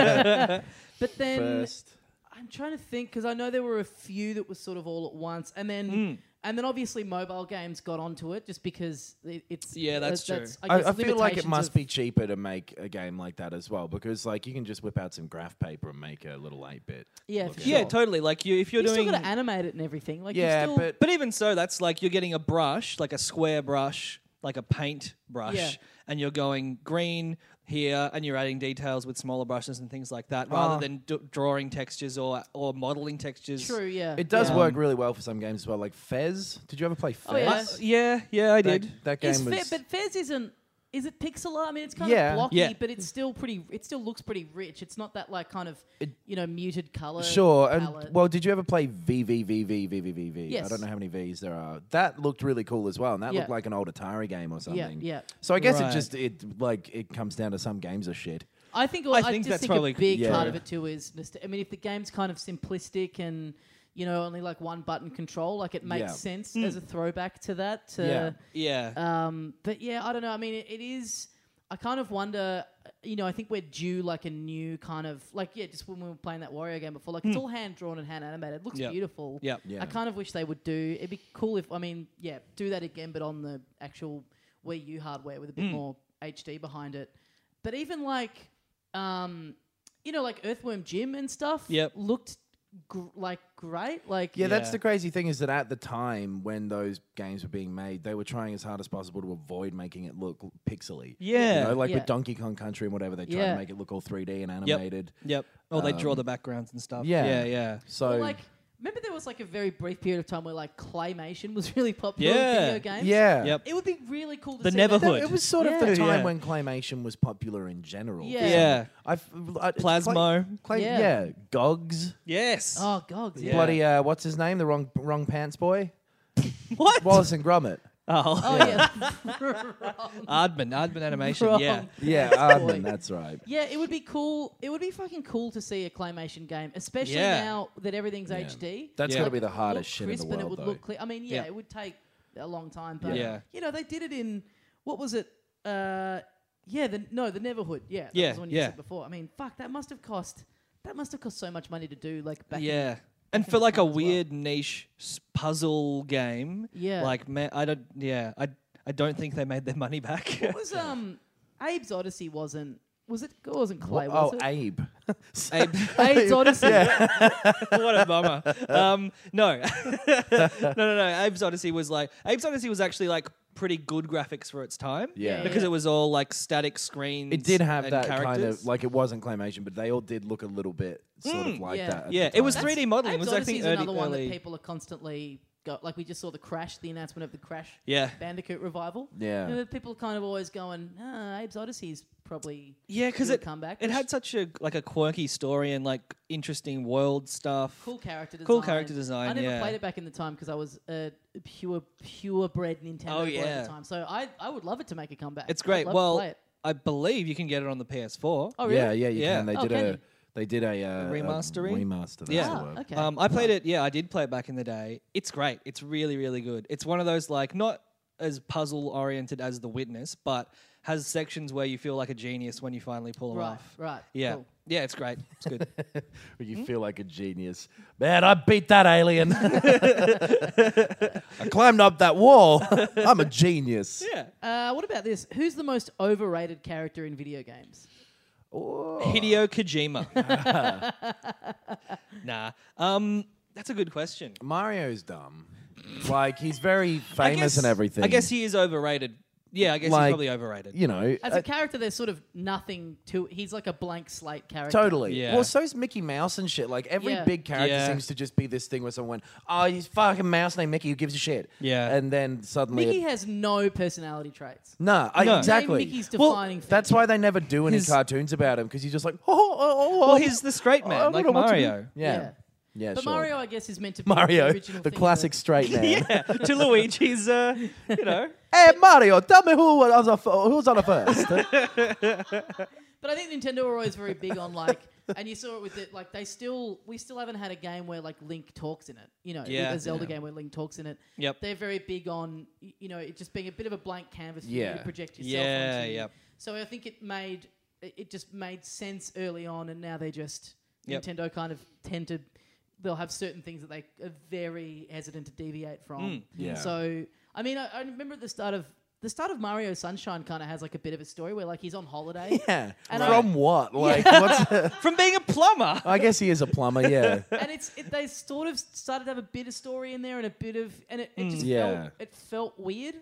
A: But then
C: first.
A: I'm trying to think because I know there were a few that was sort of all at once, and then
C: Hmm.
A: and then obviously mobile games got onto it just because it, it's uh,
B: Yeah, that's true.
A: I,
C: I,
A: guess
C: I feel like it
A: limitations
C: must
A: of-
C: be cheaper to make a game like that as well because like you can just whip out some graph paper and make a little eight bit.
A: Yeah, for
B: yeah,
A: sure.
B: totally. Like you, if you're
A: You still
B: doing
A: got to animate it and everything. Like you
C: Yeah,
A: still,
C: but
B: But even so, that's like you're getting a brush, like a square brush, like a paint brush,
A: Yeah.
B: and you're going green here, and you're adding details with smaller brushes and things like that,
A: Ah.
B: rather than d- drawing textures or or modeling textures.
A: true. Yeah,
C: it does
A: yeah.
C: work really well for some games as well. Like Fez. Did you ever play Fez?
A: Oh, yeah.
B: Uh, yeah, yeah, I
C: That,
B: did.
C: that game
A: Is Fe-
C: was.
A: but Fez isn't. Is it pixel art? I mean, it's kind
C: Yeah.
A: of blocky,
B: Yeah.
A: but it's still pretty. It still looks pretty rich. It's not that like kind of you know muted color.
C: Sure. And,
A: palette.
C: well, did you ever play VVVVVVVV? I
A: Yes.
C: don't know how many V's there are. That looked really cool as well, and that
A: Yeah.
C: looked like an old Atari game or something.
A: yeah.
C: So I guess
B: Right.
C: it just it like it comes down to some games are shit.
A: I think I,
B: I think
A: just
B: that's
A: think
B: probably-
A: a big
C: Yeah.
A: part of it too is nost- I mean if the game's kind of simplistic and you know only like one button control like it makes
C: Yeah.
A: sense as a throwback to that to,
B: Yeah,
A: um but yeah I don't know I mean it, it is I kind of wonder you know I think we're due like a new kind of like yeah just when we were playing that Wario game before like it's all hand drawn and hand animated it looks
B: Yep.
A: beautiful
B: Yep.
C: Hmm. Yeah.
A: I kind of wish they would do it'd be cool if I mean yeah do that again but on the actual Wii U hardware with a
C: Hmm.
A: bit more HD behind it but even like um, you know, like Earthworm Jim and stuff.
B: Yep.
A: looked gr- like great. Like
C: Yeah, that's
B: Yeah.
C: the crazy thing is that at the time when those games were being made, they were trying as hard as possible to avoid making it look pixely.
B: Yeah.
C: You know, like
A: Yeah.
C: with Donkey Kong Country and whatever, they tried
A: Yeah.
C: to make it look all 3D and
B: yep,
C: animated.
B: yep. Oh, they draw the backgrounds and stuff.
C: um, yeah.
B: yeah, yeah.
C: So,
A: Or, like remember there was like a very brief period of time where like claymation was really popular in
B: Yeah.
A: video games.
C: yeah.
B: Yep.
A: it would be really cool to
B: The
A: see
B: Neverhood.
A: that-
C: That- it was sort of the
B: Yeah.
C: time
B: Yeah.
C: when claymation was popular in general.
A: Yeah.
B: Yeah.
C: I've, I, it's clay-
B: Plasmo.
C: clay-
A: Yeah.
C: yeah. Gogs.
B: Yes.
A: Oh gogs, yeah.
C: Bloody, uh, what's his name? The wrong wrong pants boy?
B: what?
C: Wallace and Gromit.
B: oh,
A: Oh yeah,
B: Aardman. Aardman animation.
A: Wrong.
B: Yeah.
C: Yeah,
A: boy.
C: Aardman, that's right.
A: yeah. It would be cool. It would be fucking cool to see a claymation game, especially
B: Yeah.
A: now that everything's HD.
C: That's
B: Yeah.
C: got to be the
A: It would
C: hardest
A: look
C: shit in
A: crisp and
C: the world,
A: it would
C: though.
A: look clear. I mean, yeah,
B: Yeah.
A: it would take a long time, but
B: Yeah.
A: you know, they did it in what was it? Uh, yeah, the no, the Neverhood. Yeah, that
B: Yeah,
A: was the one you
B: yeah.
A: said before. I mean, fuck, that must have cost that must have cost so much money to do. Like back, in-
B: Yeah. And for
A: in
B: like a
A: time as well.
B: weird niche s- puzzle game,
A: Yeah.
B: Like, man, I don't. Yeah, I I don't think they made their money back.
A: It was um, Abe's Odyssey wasn't Was it? It wasn't Clay.
C: oh,
A: Was it?
C: Abe.
B: Abe.
A: Abe's Odyssey.
B: what a bummer. Um, no. no, no, no. Abe's Odyssey was like Abe's Odyssey was actually like pretty good graphics for its time.
C: Yeah.
B: Because it was all like static screens.
C: It did have
B: and
C: that
B: characters.
C: kind of like it wasn't claymation, but they all did look a little bit sort of like
A: Mm, yeah.
C: that. at
B: Yeah,
C: the
B: it was
C: time.
B: 3D modeling.
A: Abe's
B: was I
A: Odyssey
B: think
A: is
B: early,
A: another one
B: early-
A: that people are constantly got. Like we just saw the Crash, the announcement of the Crash
B: Yeah.
A: Bandicoot revival.
C: Yeah.
A: You know, people are kind of always going, ah, Abe's Odyssey's probably
B: Yeah, because
A: due a
B: it
A: comeback.
B: it
A: which-
B: had such a like a quirky story and like interesting world stuff.
A: cool character design.
B: Cool character design,
A: I never
B: yeah.
A: played it back in the time because I was a pure purebred Nintendo
B: Oh,
A: boy at
B: yeah.
A: the time. So I I would love it to make a comeback.
B: It's
A: I'd
B: great.
A: love to play
B: Well,
A: it.
B: I believe you can get it on the PS4.
A: oh really?
C: Yeah, yeah, you
B: Yeah.
C: can. They
A: Oh,
C: did
A: can
C: a
A: you?
C: they did a, uh, a
B: Remastery?
C: remaster. That's
B: Yeah.
C: the
A: Ah,
C: word.
A: okay.
B: Um, I played it. Yeah, I did play it back in the day. It's great. It's really, really good. It's one of those like not as puzzle oriented as The Witness, but has sections where you feel like a genius when you finally pull them
A: right,
B: off.
A: right.
B: Yeah,
A: cool.
B: yeah, it's great. It's good.
C: Where
A: Hmm?
C: you feel like a genius. Man, I beat that alien. I climbed up that wall. I'm a genius.
B: yeah,
A: Uh, what about this? Who's the most overrated character in video games?
B: Oh. Hideo Kojima. nah, um, that's a good question.
C: Mario's dumb. like he's very famous and everything.
B: I guess he is overrated. Yeah, I guess he's
C: Like,
B: probably overrated.
C: you know.
A: As
C: uh,
A: a character, there's sort of nothing to. He's like a blank slate character.
C: Totally.
B: Yeah.
C: Well, so's Mickey Mouse and shit. Like every
A: Yeah.
C: big character
B: Yeah.
C: seems to just be this thing where someone, went, oh, he's fucking mouse named Mickey. Who gives a shit?
B: Yeah.
C: And then suddenly,
A: Mickey
C: it-
A: has no personality traits.
C: nah, I-
B: No.
C: exactly.
A: Name Mickey's
B: Well,
A: defining.
C: That's
A: feature.
C: why they never do any
B: His-
C: cartoons about him because he's just like, oh, oh, oh, oh.
B: Well, he's the straight
C: I
B: man,
C: don't
B: like
C: know what to do.
B: Mario.
C: Yeah.
A: Yeah.
C: Yeah.
A: But
C: sure.
A: Mario, I guess, is meant to be
C: Mario,
A: the original.
C: the
A: thing
C: classic straight man.
B: Yeah, to Luigi's, uh, you know.
C: Hey Mario, tell me who was on, who's on the first.
A: But I think Nintendo were always very big on like, and you saw it with it. Like they still, we still haven't had a game where like Link talks in it. You know,
B: Yeah.
A: a Zelda game where Link talks in it.
B: Yep.
A: They're very big on y- you know it just being a bit of a blank canvas for you
C: Yeah.
A: to project yourself
B: Yeah,
A: onto.
B: yep.
A: So I think it made it it just made sense early on, and now they just
B: Yep.
A: Nintendo kind of tend to. They'll have certain things that they are very hesitant to deviate from.
B: Hmm.
C: Yeah.
A: So I mean, I, I remember at the start of the start of Mario Sunshine kind of has like a bit of a story where like he's on holiday.
C: yeah.
A: And
C: From
A: I-
C: what? Like, what's,
B: From being a plumber.
C: I guess he is a plumber. Yeah.
A: and it's it, they sort of started to have a bit of story in there and a bit of and it, it just
C: Mm. Yeah. Mm.
A: felt it felt weird.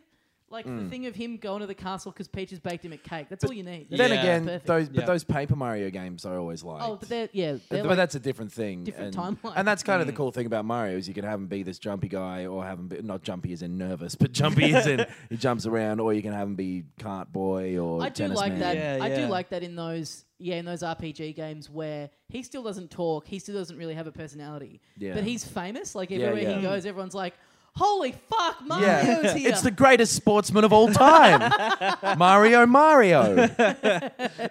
A: Like the thing of him going to the castle because Peaches baked him a cake. That's all you need. That's
C: Then
B: Yeah.
C: again,
A: perfect.
C: those but
B: Yeah.
C: those Paper Mario games I always like.
A: oh, but they're yeah, they're
C: but
A: like,
C: that's a different thing.
A: different
C: and,
A: timeline. Mm.
C: And that's kind of the cool thing about Mario is you can have him be this jumpy guy, or have him be, not jumpy as in nervous, but jumpy as in he jumps around, or you can have him be cart boy or
A: I do
C: tennis
A: like
C: man.
A: that.
B: Yeah,
A: I do
B: yeah.
A: like that in those yeah in those RPG games where he still doesn't talk. He still doesn't really have a personality.
C: Yeah.
A: But he's famous. Like
C: Yeah,
A: everywhere
C: yeah.
A: he goes, everyone's like, "Holy fuck, Mario's
C: Yeah,
A: here!"
C: it's the greatest sportsman of all time, Mario Mario. you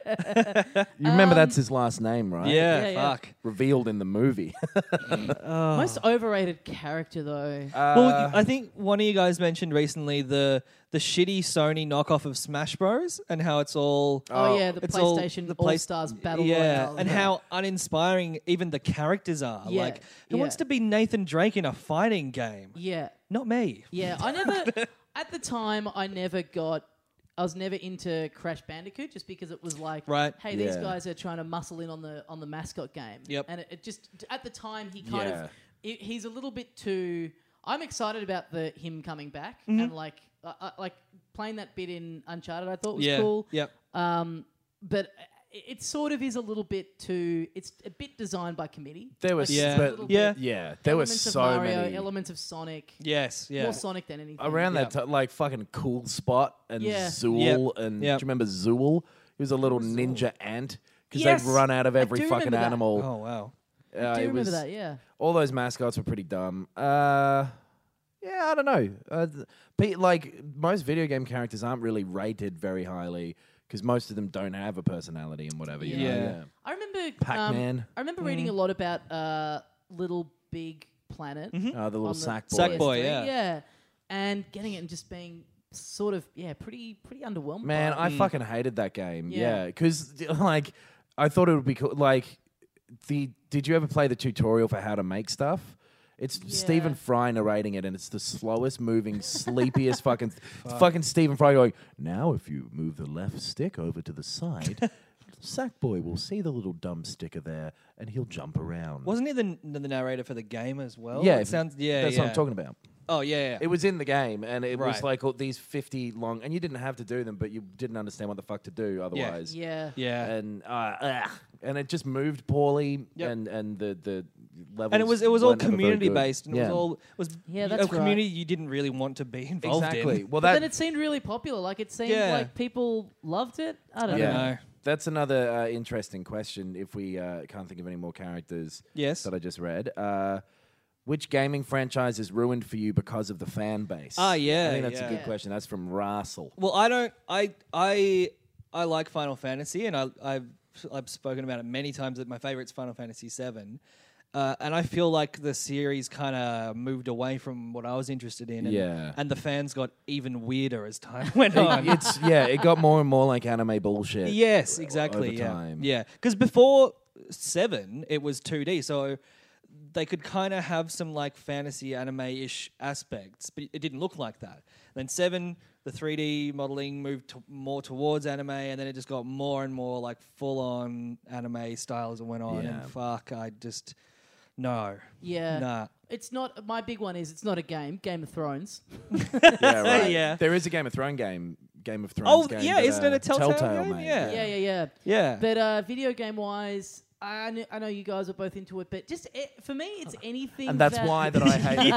C: remember that's his last name, right?
B: Yeah,
A: Um, Yeah, yeah.
B: fuck.
C: revealed in the movie.
A: most
B: Oh.
A: overrated character though.
C: Uh,
B: well, I think one of you guys mentioned recently the the shitty Sony knockoff of Smash Bros. and how it's all
A: oh yeah, the
B: it's all-
A: PlayStation
B: the
A: All
B: Play-
A: Stars Battle
B: yeah,
A: Royale.
B: and how uninspiring even the characters are.
A: Yeah,
B: Like, who
A: yeah.
B: wants to be Nathan Drake in a fighting game?
A: yeah.
B: Not me.
A: Yeah, I never. at the time, I never got. I was never into Crash Bandicoot just because it was like,
B: Right.
A: hey, these
C: Yeah.
A: guys are trying to muscle in on the on the mascot game.
B: Yep.
A: And it, it just at the time he kind
C: Yeah.
A: of he- he's a little bit too. I'm excited about the him coming back
B: Mm-hmm.
A: and like I I- like playing that bit in Uncharted. I thought was
B: yeah,
A: cool.
B: yep.
A: Um, but it, it sort of is a little bit too. It's a bit designed by committee.
C: There was,
A: Like, it's a
B: Yeah.
A: little
C: but,
A: bit
C: yeah,
B: Yeah.
C: There were
A: elements
C: so
A: of Mario,
C: many
A: elements of Sonic.
B: Yes, yeah.
A: More Sonic than anything.
C: around that
B: Yeah.
C: time, like fucking Cool Spot and
A: Yeah.
C: Zool, and
B: Yep.
C: do you remember Zool? He was a little ninja ant because
A: Yes!
C: they'd run out of
A: I
C: every
A: do
C: fucking
A: remember that.
C: animal.
B: oh wow.
C: Uh,
A: I do
C: it
A: remember
C: was-
A: that, yeah.
C: All those mascots were pretty dumb. Uh, yeah, I don't know. Uh, th- pe- like most video game characters aren't really rated very highly because most of them don't have a personality and whatever. You
B: Yeah.
C: know?
B: Yeah. Mm.
A: I remember
C: Pac-Man.
A: Um, I remember reading a lot about uh, Little Big Planet.
C: Uh, the little
A: on the
C: sack boy.
B: Mm-hmm. Sack boy.
A: PS3,
B: yeah.
A: yeah, and getting it and just being sort of yeah, pretty pretty underwhelmed.
C: Man,
A: by it.
B: mm.
C: I fucking hated that game.
A: Yeah.
C: Yeah, because like I thought it would be cool. Like the did you ever play the tutorial for how to make stuff? It's Stephen
A: Yeah.
C: Fry narrating it, and it's the slowest moving, sleepiest fucking fucking Stephen Fry going. Now, if you move the left stick over to the side. Sackboy will see the little dumb sticker there and he'll jump around.
B: Wasn't he the, the narrator for the game as well?
C: yeah,
B: It
C: if-
B: sounds. Yeah,
C: that's
B: yeah.
C: what I'm talking about.
B: Oh yeah, yeah.
C: It was in the game, and it was
B: Right.
C: like all these fifty long, and you didn't have to do them, but you didn't understand what the fuck to do otherwise.
A: Yeah.
B: yeah.
C: And uh, ugh. and it just moved poorly,
B: Yep.
C: and and the the levels
B: and it was it was all
C: weren't ever very
B: community
C: good.
B: based, and it
C: Yeah.
B: was all it was
A: Yeah,
B: y-
A: that's
B: a community you didn't really want to be involved
C: exactly.
B: in.
C: Well,
A: But
C: that
A: then it seemed really popular. Like it seemed
B: Yeah.
A: like people loved it. I don't
C: yeah.
A: know.
B: know.
C: That's another uh, interesting question. If we uh, can't think of any more characters,
B: Yes.
C: that I just read. Uh, which gaming franchise is ruined for you because of the fan base?
B: Ah, yeah,
C: I think that's a
B: yeah.
C: good
A: Yeah.
C: question. That's from Russell.
B: Well, I don't. I I I like Final Fantasy, and I I've I've spoken about it many times that my favorite's Final Fantasy VII. Uh, and I feel like the series kind of moved away from what I was interested in. And,
C: Yeah.
B: and the fans got even weirder as time went on.
C: it's yeah, it got more and more like anime bullshit.
B: Yes,
C: o-
B: exactly.
C: over
B: yeah,
C: time.
B: yeah. Because before seven, it was two D, so they could kind of have some like fantasy anime-ish aspects, but it didn't look like that. Then seven, the three D modeling moved to more towards anime, and then it just got more and more like full-on anime style as it went on.
C: Yeah.
B: And fuck, I just no,
A: Yeah.
B: nah.
A: It's not my big one is it's not a game, Game of Thrones.
C: yeah, right.
B: Yeah.
C: There is a Game of Thrones game, Game of Thrones.
B: Oh,
C: game
B: yeah,
C: that,
B: isn't it
C: uh,
B: a Telltale game?
C: made,
B: Yeah.
A: Yeah, yeah, yeah.
B: Yeah,
A: But uh, video game wise, I know, I know you guys are both into it, but just eh, for me, it's anything.
C: And that's
A: that-
C: why that I hate.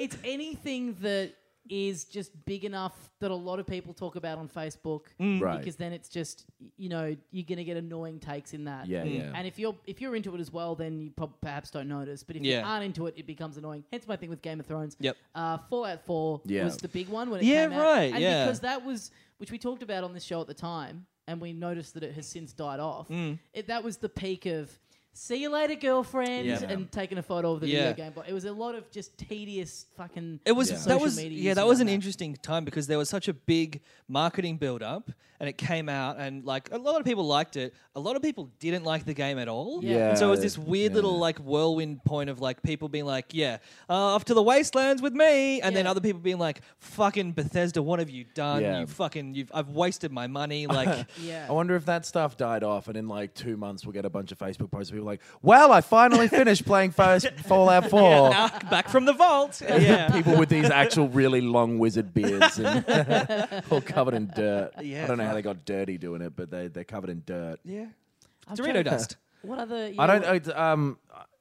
A: it's anything that is just big enough that a lot of people talk about on Facebook.
C: Right.
A: Because then it's just y- you know you're gonna get annoying takes in that.
C: Yeah, yeah.
A: And if you're if you're into it as well, then you prob- perhaps don't notice. But if you
B: Yeah.
A: aren't into it, it becomes annoying. Hence my thing with Game of Thrones.
B: Yep.
A: Uh, Fallout Four
C: Yeah.
A: was the big one when it
B: Yeah,
A: came out.
B: right,
A: And
B: yeah.
A: because that was which we talked about on this show at the time, and we noticed that it has since died off.
B: Mm.
A: It, that was the peak of. See you later, girlfriend,
B: Yeah.
A: and taking a photo of the
B: Yeah.
A: video game. But it was a lot of just tedious fucking.
B: It was
C: Yeah.
B: that
A: social
B: was
A: media
B: yeah
A: use
B: that was an
A: around
B: interesting time because there was such a big marketing build up and it came out and like a lot of people liked it a lot of people didn't like the game at all
C: Yeah.
B: and so it was
C: Yeah,
B: this weird
C: yeah.
B: little like whirlwind point of like people being like yeah uh, off to the wastelands with me and then
A: Yeah.
B: other people being like fucking Bethesda what have you done
C: Yeah.
B: you fucking you've I've wasted my money like
A: Yeah.
C: I wonder if that stuff died off, and in like two months we'll get a bunch of Facebook posts. of People like, "Well, I finally finished playing first Fallout 4.
B: ah, back from the vault yeah
C: people with these actual really long wizard beards and all covered in dirt.
B: Yeah,
C: I don't know how they got dirty doing it, but they they're covered in dirt.
B: yeah
A: I'm trying
B: Dorito
A: to-
B: dust
A: What other?
C: I
A: yeah,
C: don't. It's, um,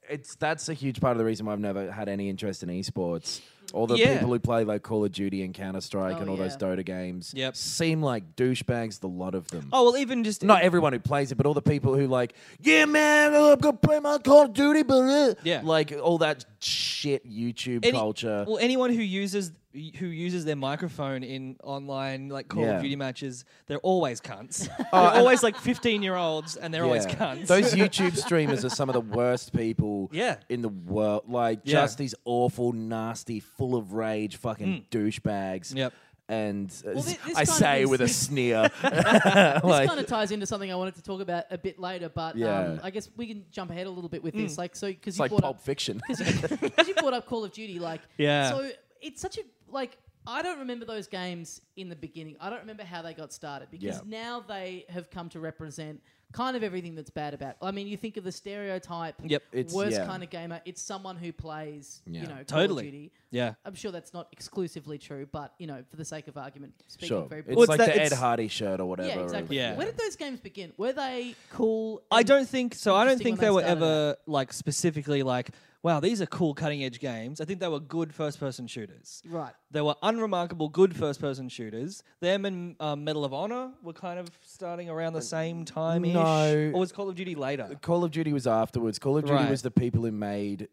C: it's that's a huge part of the reason why I've never had any interest in esports. All the
B: Yeah.
C: people who play like Call of Duty and Counter Strike
A: Oh,
C: and all those
A: yeah.
C: Dota games
B: Yep.
C: seem like douchebags. The lot of them.
B: oh well even just
C: Not everyone who plays it, but all the people who like, yeah, man, oh, I'm gonna play my Call of Duty, but uh,"
B: Yeah.
C: like all that shit YouTube
B: Any-
C: culture.
B: Well, anyone who uses who uses their microphone in online like Call
C: Yeah. Oh,
B: of Duty matches, they're always cunts. they're always like fifteen year olds, and they're always
C: Yeah.
B: cunts.
C: Those YouTube streamers are some of the worst people
B: Yeah.
C: in the world. Like
B: Yeah.
C: just these awful, nasty, full of rage fucking douchebags.
B: Hmm. Yep.
C: And uh,
A: thi- this
C: I
A: kind of
C: say
A: is-
C: with a sneer.
A: This
C: like,
A: kind of ties into something I wanted to talk about a bit later, but
C: Yeah. Mm.
A: um, I guess we can jump ahead a little bit with this. Like, so because
C: it's
A: you
C: like
A: brought
C: Pulp
A: up
C: Fiction.
A: because you brought up Call of Duty, like
B: Yeah.
A: So it's such a like I don't remember those games in the beginning. I don't remember how they got started because
C: Yeah.
A: now they have come to represent kind of everything that's bad about. I mean, you think of the stereotype
B: Yep.
C: It's-
A: worst
C: yeah.
A: kind of gamer. It's someone who plays,
C: Yeah.
A: you know, Call of
B: Totally.
A: Duty.
B: Yeah.
A: I'm sure that's not exclusively true, but you know, for the sake of argument, speaking
C: sure.
A: very
C: It's
B: Well, it's
C: like
B: that-
C: the Ed
B: it's-
C: Hardy shirt or whatever.
A: yeah,
C: or-
A: exactly.
B: Yeah.
A: Where did those games begin? Were they cool?
B: I
A: and-
B: don't think so. I don't
A: Interesting
B: think
A: when
B: they
A: they
B: were
A: started
B: ever like specifically like, wow, these are cool cutting edge games. I think they were good first person shooters.
A: Right.
B: They were unremarkable good first person shooters. Them and um, Medal of Honor were kind of starting around the same time ish.
C: Uh, No.
B: Or was Call of Duty later?
C: Call of Duty was afterwards. Call of Duty
B: Right.
C: was the people who made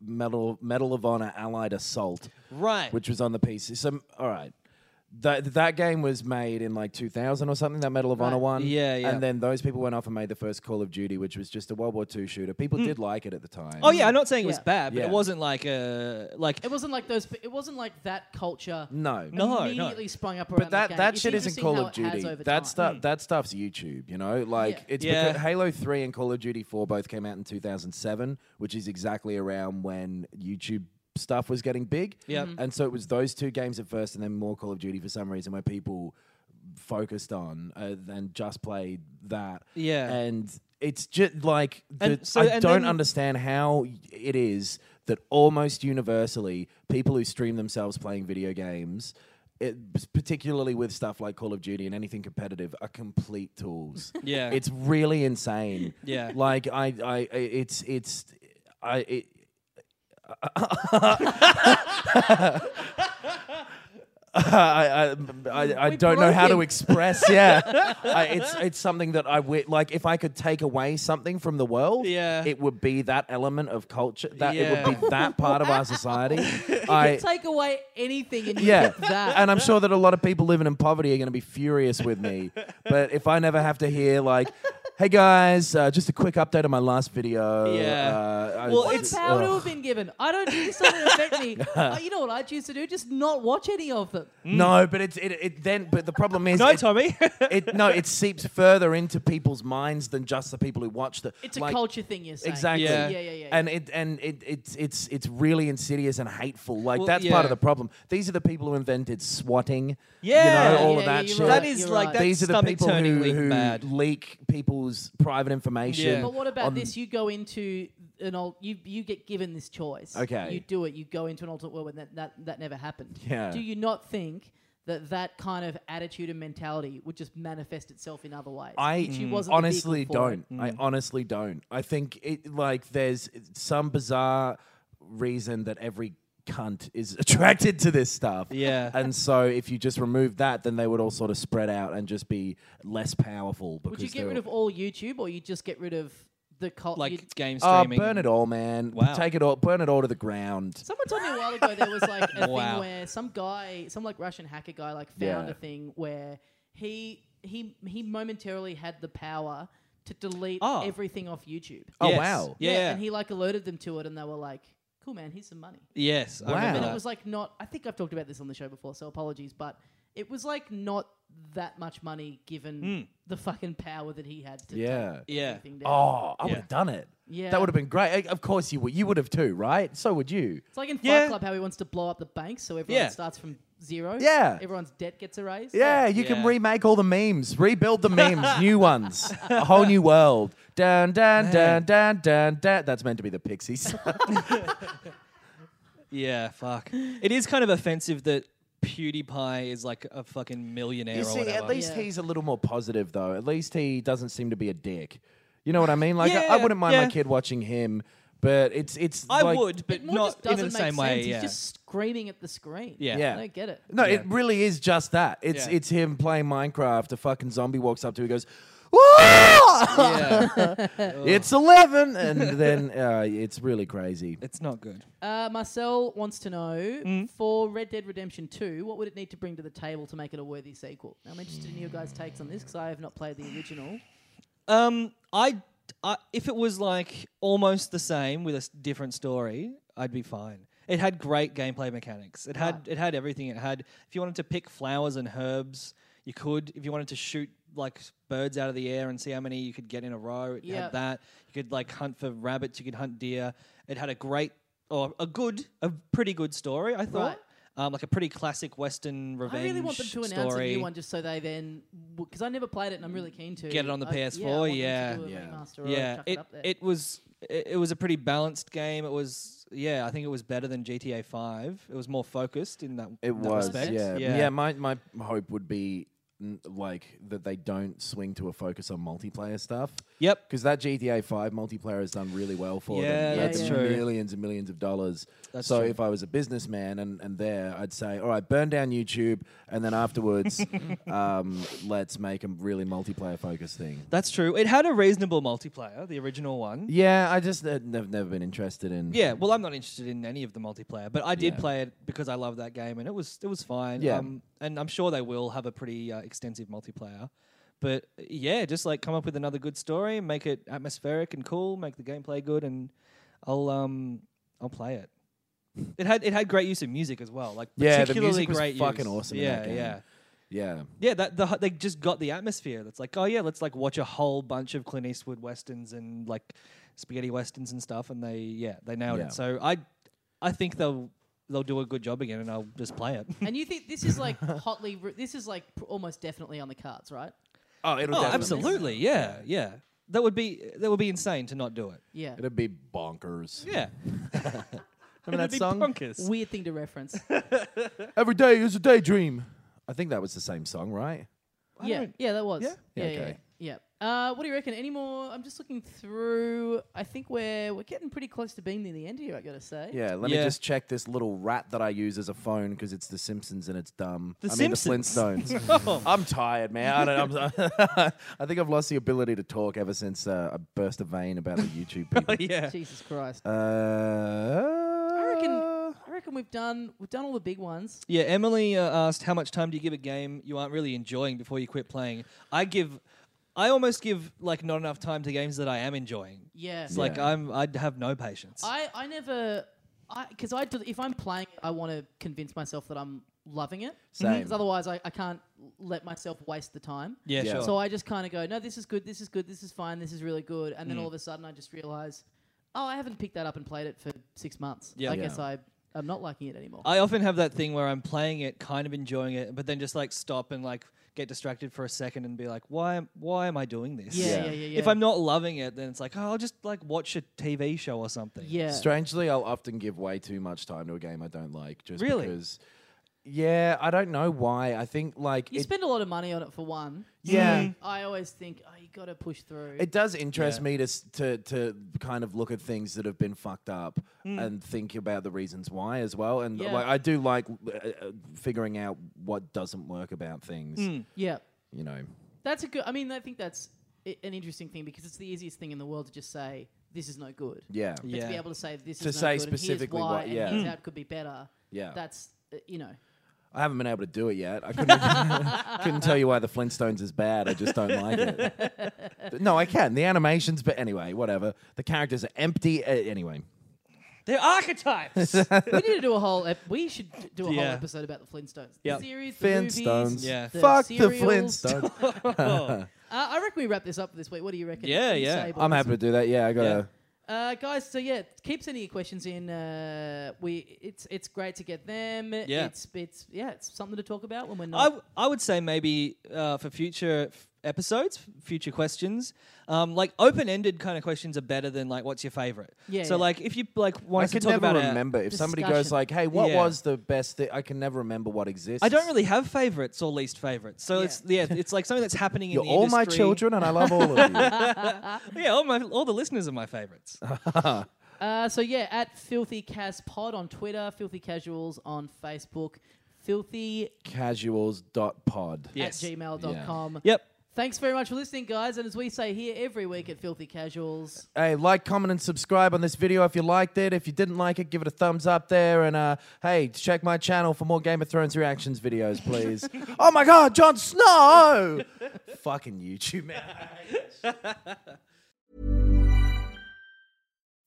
C: Medal Medal of Honor Allied Assault,
B: Right.
C: Which was on the PC. So all right, that that game was made in like 2000 or something. That Medal of Honor
A: Right.
C: one.
B: Yeah, yeah.
C: And then those people went off and made the first Call of Duty, which was just a World War II shooter. People did like it at the time.
B: Hmm. Oh yeah, I'm not saying it was
A: Yeah.
B: bad, but
C: Yeah.
B: it wasn't like a like
A: It wasn't like those. It wasn't like that culture.
C: No.
B: No.
A: immediately sprung up around.
C: But that,
A: game.
C: that
A: It's
C: shit isn't
A: interesting
C: Call
A: how
C: of
A: it has
C: Duty.
A: over time.
C: That stuff that stuff's YouTube, you know? Like
A: Yeah.
C: it's
B: Hmm. Yeah.
C: because Halo 3 and Call of Duty 4 both came out in 2007, which is exactly around when YouTube stuff was getting big.
A: Mm-hmm.
B: Yep. Mhm.
C: And so it was those two games at first and then more Call of Duty for some reason where people focused on uh, and just played that.
B: Yeah.
C: and it's just like the,
B: And so-
C: I
B: and
C: don't
B: then-
C: understand how y- it is that almost universally people who stream themselves playing video games. It, particularly with stuff like Call of Duty and anything competitive, are complete tools.
B: Yeah.
C: it's really insane.
B: Yeah.
C: like I, I, I- it's, it's, I, it, I, I, I, I don't know
A: broke
C: how
A: him.
C: to express. Yeah, I, it's it's something that I wi- like. If I could take away something from the world,
B: Yeah.
C: it would be that element of culture. That it would
B: Yeah.
C: be that part of our society. I
A: Take away anything and you
C: yeah,
A: get that.
C: and I'm sure that a lot of people living in poverty are going to be furious with me. But if I never have to hear like. Hey guys, uh, just a quick update on my last video.
B: Yeah.
C: Uh, I-
B: Well,
A: What
B: it's-
A: a power to
C: ugh.
A: have been given. I don't think this doesn't affect me. Uh, you know what I choose to do? Just not watch any of them.
C: No, but it's it, it then. But the problem is,
B: No,
C: it-
B: Tommy.
C: it no, it seeps further into people's minds than just the people who watch the.
A: It's a
C: like,
A: culture thing, you're saying.
C: Exactly.
A: Yeah,
B: Yeah.
A: yeah, yeah. yeah.
C: And it and it, it's it's it's really insidious and hateful. Like
B: Well,
C: that's part
B: yeah.
C: of the problem. These are the people who invented swatting.
B: Yeah.
C: you know, all
A: Yeah,
C: of
A: yeah,
C: that
A: you're
C: shit.
A: right,
B: That is
A: you're
B: like
A: right.
B: that's
C: These are the people
B: turning
C: who,
B: leak
C: who
B: bad.
C: leak people's private information.
B: Yeah.
A: but what about
C: on-
A: this? You go into an old. You you get given this choice.
C: Okay.
A: You do it. You go into an alternate world when that that, that never happened.
C: Yeah.
A: Do you not think? That that kind of attitude and mentality would just manifest itself in other ways.
C: I mm,
A: which he wasn't the
C: honestly
A: vehicle for it. Mm.
C: don't. I honestly don't. I think it like there's some bizarre reason that every cunt is attracted to this stuff.
B: Yeah.
C: And so if you just remove that, then they would all sort of spread out and just be less powerful. Because
A: Would you get
C: they're-
A: rid of all YouTube, or you just get rid of the cult? you'd-
B: like game
C: Oh,
B: streaming.
C: burn it all, man.
B: Wow.
C: Take it all. Burn it all to the ground.
A: Someone told me a while ago there was like a thing
B: Wow.
A: where some guy, some like Russian hacker guy, like found
C: Yeah.
A: a thing where he he he momentarily had the power to delete
B: Oh.
A: everything off YouTube.
C: Oh,
B: Yes.
C: wow.
B: Yeah.
A: and he like alerted them to it, and they were like, "Cool, man, here's some money."
B: yes. I
C: Wow.
B: remember
A: And
C: Uh,
A: it
B: that.
A: was like not. I think I've talked about this on the show before, so apologies, but it was like not that much money given the fucking power that he had to
C: Yeah.
A: take
B: Hmm. Yeah.
A: everything down.
C: Oh, I would
B: Yeah.
C: have done it.
A: Yeah.
C: That would have been great. Uh, Of course you would. You would have too, right? So would you.
A: It's like in Fight
B: Yeah.
A: Club how he wants to blow up the bank so everyone
B: Yeah.
A: starts from zero.
C: Yeah.
A: Everyone's debt gets erased.
C: Yeah, you can
B: Yeah.
C: remake all the memes, rebuild the memes, new ones, a whole new world. Dun dun dun dun dun dun. That's meant to be the Pixies.
B: Yeah, fuck. It is kind of offensive that PewDiePie is like a fucking millionaire
C: you
B: or
C: see,
B: whatever.
C: at least
A: Yeah.
C: he's a little more positive, though. At least he doesn't seem to be a dick. You know what I mean? Like, I, I
B: Yeah,
C: wouldn't mind
B: yeah.
C: my kid watching him, but it's it's.
B: I
C: like-
B: would, but
A: It more
B: not
A: just
B: in
A: doesn't
B: the
A: make
B: same
A: sense.
B: way.
A: He's
B: yeah.
A: just screaming at the screen.
B: Yeah.
C: Yeah.
A: I don't get it.
C: No,
B: Yeah.
C: it really is just that. It's
B: Yeah.
C: it's him playing Minecraft. A fucking zombie walks up to him, goes, "Whoa!"
B: yeah.
C: "It's 11! and then uh, it's really crazy.
B: it's not good.
A: Uh, Marcel wants to know
B: Mm.
A: for Red Dead Redemption 2, what would it need to bring to the table to make it a worthy sequel? Now, I'm interested in your guys' takes on this because I have not played the original.
B: Um, I, I if it was like almost the same with a s- different story, I'd be fine. It had great gameplay mechanics. It had it had everything. It had if you wanted to pick flowers and herbs, you could. If you wanted to shoot like birds out of the air and see how many you could get in a row, it
A: Yeah.
B: had that. You could like hunt for rabbits. You could hunt deer. It had a great or a good, a pretty good story. I thought.
A: Right.
B: Um, like a pretty classic Western revenge
A: I really want them to announce
B: story.
A: a new one just so they then, because I never played it and I'm really keen to.
B: Get it on the
A: I- yeah, I
B: PS4,
A: want them to
B: yeah.
A: do a
C: Yeah.
A: remaster or
B: yeah
A: chuck
B: it,
A: up there.
B: it was it, it was a pretty balanced game it was yeah i think it was better than gta 5 it was more focused in that
C: It
B: that
C: was,
B: respect.
C: yeah.
B: yeah
C: yeah. my, my hope would be n- like that they don't swing to a focus on multiplayer stuff.
B: yep
C: Because that GTA 5 multiplayer has done really well for
B: Yeah,
C: them.
A: Yeah,
C: That's
A: yeah.
B: true.
C: millions and millions of dollars.
B: That's
C: so
B: true.
C: if I was a businessman and, and there, I'd say, all right, burn down YouTube, and then afterwards, um, let's make a really multiplayer focused thing.
B: that's true it had a reasonable multiplayer the original one yeah,
C: Yeah, I just uh, have never been interested in.
B: well i'm not interested in any of the multiplayer but i did
C: Mm. Yeah.
B: play it because i love that game and it was it was fine
C: Yeah.
B: um, and i'm sure they will have a pretty uh, extensive multiplayer but uh, yeah just like come up with another good story make it atmospheric and cool make the gameplay good and i'll um i'll play it it had it had great use of music as well like
C: Yeah, the
B: particularly
C: music was
B: great
C: fucking
B: use.
C: awesome in
B: yeah
C: that game.
B: yeah
C: Yeah.
B: yeah that the, they just got the atmosphere that's like oh yeah let's like watch a whole bunch of clint eastwood westerns and like spaghetti westerns and stuff and they yeah they nailed
C: Yeah.
B: it so i i think they'll they'll do a good job again, and I'll just play it.
A: And you think this is like hotly? Re- this is like pr- almost definitely on the cards, right?
C: Oh, it'll
B: oh,
C: definitely-
B: absolutely, yeah, yeah. That would be that would be insane to not do it.
A: Yeah.
C: It'd be bonkers.
B: Yeah,
C: Remember
B: It'd
C: that
B: be
C: song?
B: bonkers.
A: Weird thing to reference.
C: Every day is a daydream. I think that was the same song, right?
A: yeah,
B: don't-
A: yeah, that was.
C: Yeah?
A: yeah,
C: Yeah,
A: yeah,
C: okay.
A: yeah. Uh, what do you reckon? Any more? I'm just looking through. I think we're we're getting pretty close to being near the end here. I gotta say.
C: Yeah, let
B: Yeah.
C: me just check this little rat that I use as a phone because it's The Simpsons and it's dumb.
B: The
C: I
B: Simpsons.
C: mean, The Flintstones. I'm tired, man. I, don't, I'm, I think I've lost the ability to talk ever since uh, I burst a vein about the YouTube people.
B: yeah.
A: Jesus Christ.
C: Uh,
A: I reckon. I reckon we've done we've done all the big ones.
B: Yeah, Emily uh, asked how much time do you give a game you aren't really enjoying before you quit playing. I give, I almost give like not enough time to games that I am enjoying.
A: Yeah.
B: It's like
C: Yeah.
B: I'm, I'd have no patience.
A: I I never. I because I do, if I'm playing, it, I want to convince myself that I'm loving it.
C: Same.
A: Because otherwise, I, I can't let myself waste the time.
B: yeah,
C: Yeah.
B: sure.
A: So I just kind of go, no, this is good, this is good, this is fine, this is really good, and then
B: Mm.
A: all of a sudden I just realize, oh, I haven't picked that up and played it for six months.
B: Yeah.
A: I
B: Yeah.
A: guess I I'm not liking it anymore.
B: I often have that thing where I'm playing it, kind of enjoying it, but then just like stop and like get distracted for a second and be like, why, am- why am I doing this?
A: yeah, yeah,
C: Yeah.
A: yeah, yeah.
B: If I'm not loving it, then it's like, oh, I'll just like watch a TV show or something.
A: yeah,
C: Strangely, I'll often give way too much time to a game I don't like just
B: Really?
C: because. Yeah, I don't know why. I think like
A: you
C: it,
A: spend Mm. a lot of money on it for one.
C: yeah,
A: I always think, oh, you got to push through.
C: It does interest
B: Yeah.
C: me to, s- to to kind of look at things that have been fucked up
B: Hmm.
C: and think about the reasons why as well. And
A: Yeah.
C: like I do like uh, uh, figuring out what doesn't work about things.
B: Hmm.
A: yeah,
C: You know,
A: that's a good. I mean, I think that's i- an interesting thing because it's the easiest thing in the world to just say this is no good.
C: yeah,
A: But to be
B: Yeah.
A: able to say this
C: To
A: is no
C: say
A: good
C: specifically
A: and here's why
C: what- yeah.
A: and here's how it could be better.
C: Yeah.
A: that's uh, you know.
C: I haven't been able to do it yet. I couldn't, couldn't tell you why the Flintstones is bad. I just don't like it. But no, I can. The animations, but anyway, whatever. The characters are empty. Uh, anyway,
B: They're archetypes.
A: we need to do a whole. Ep- we should d- do a whole
B: Yeah.
A: episode about the Flintstones.
B: Yep.
A: The series, the
C: Flintstones.
A: movies.
B: Yeah.
A: the
C: Fuck the
A: serials.
C: Flintstones.
A: Uh, I reckon we wrap this up this week. What do you reckon?
B: Yeah,
A: You
B: yeah.
A: say, boys.
C: I'm happy to do that. Yeah, I gotta.
B: Yeah.
A: Uh, guys, so yeah, keep sending your questions in. Uh, we it's it's great to get them.
B: Yeah.
A: It's it's yeah, it's something to talk about when we're
B: I,
A: not.
B: w- I would say maybe uh, for future f- episodes, f- future questions, um, like open ended kind of questions are better than like what's your favorite.
A: Yeah,
B: So
A: yeah.
B: like if you like
C: I
B: want to
C: can
B: talk
C: never
B: about our-
C: remember if somebody goes
A: discussion.
C: like, "Hey, what
B: Yeah.
C: was the best thing?" I can never remember what exists.
B: I don't really have favorites or least favorites. So
A: Yeah.
B: it's yeah, it's like something that's happening
C: You're
B: in the
C: all my
B: industry.
C: children, and I love all of you.
B: Yeah, all my all the listeners are my favorites.
A: Uh, so yeah, at Filthy Cas Pod on Twitter, Filthy Casuals on Facebook, Filthy
C: Casuals.pod.
B: Yes.
A: at gmail.com.
B: Yep.
A: Thanks very much for listening, guys. And as we say here every week at Filthy Casuals.
C: Hey, like, comment, and subscribe on this video if you liked it. If you didn't like it, give it a thumbs up there. And uh, hey, check my channel for more Game of Thrones reactions videos, please. oh my God, Jon Snow! Fucking YouTube, man.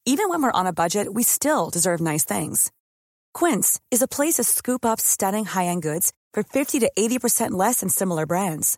D: Even when we're on a budget, we still deserve nice things. Quince is a place to scoop up stunning high-end goods for 50 to 80% less than similar brands.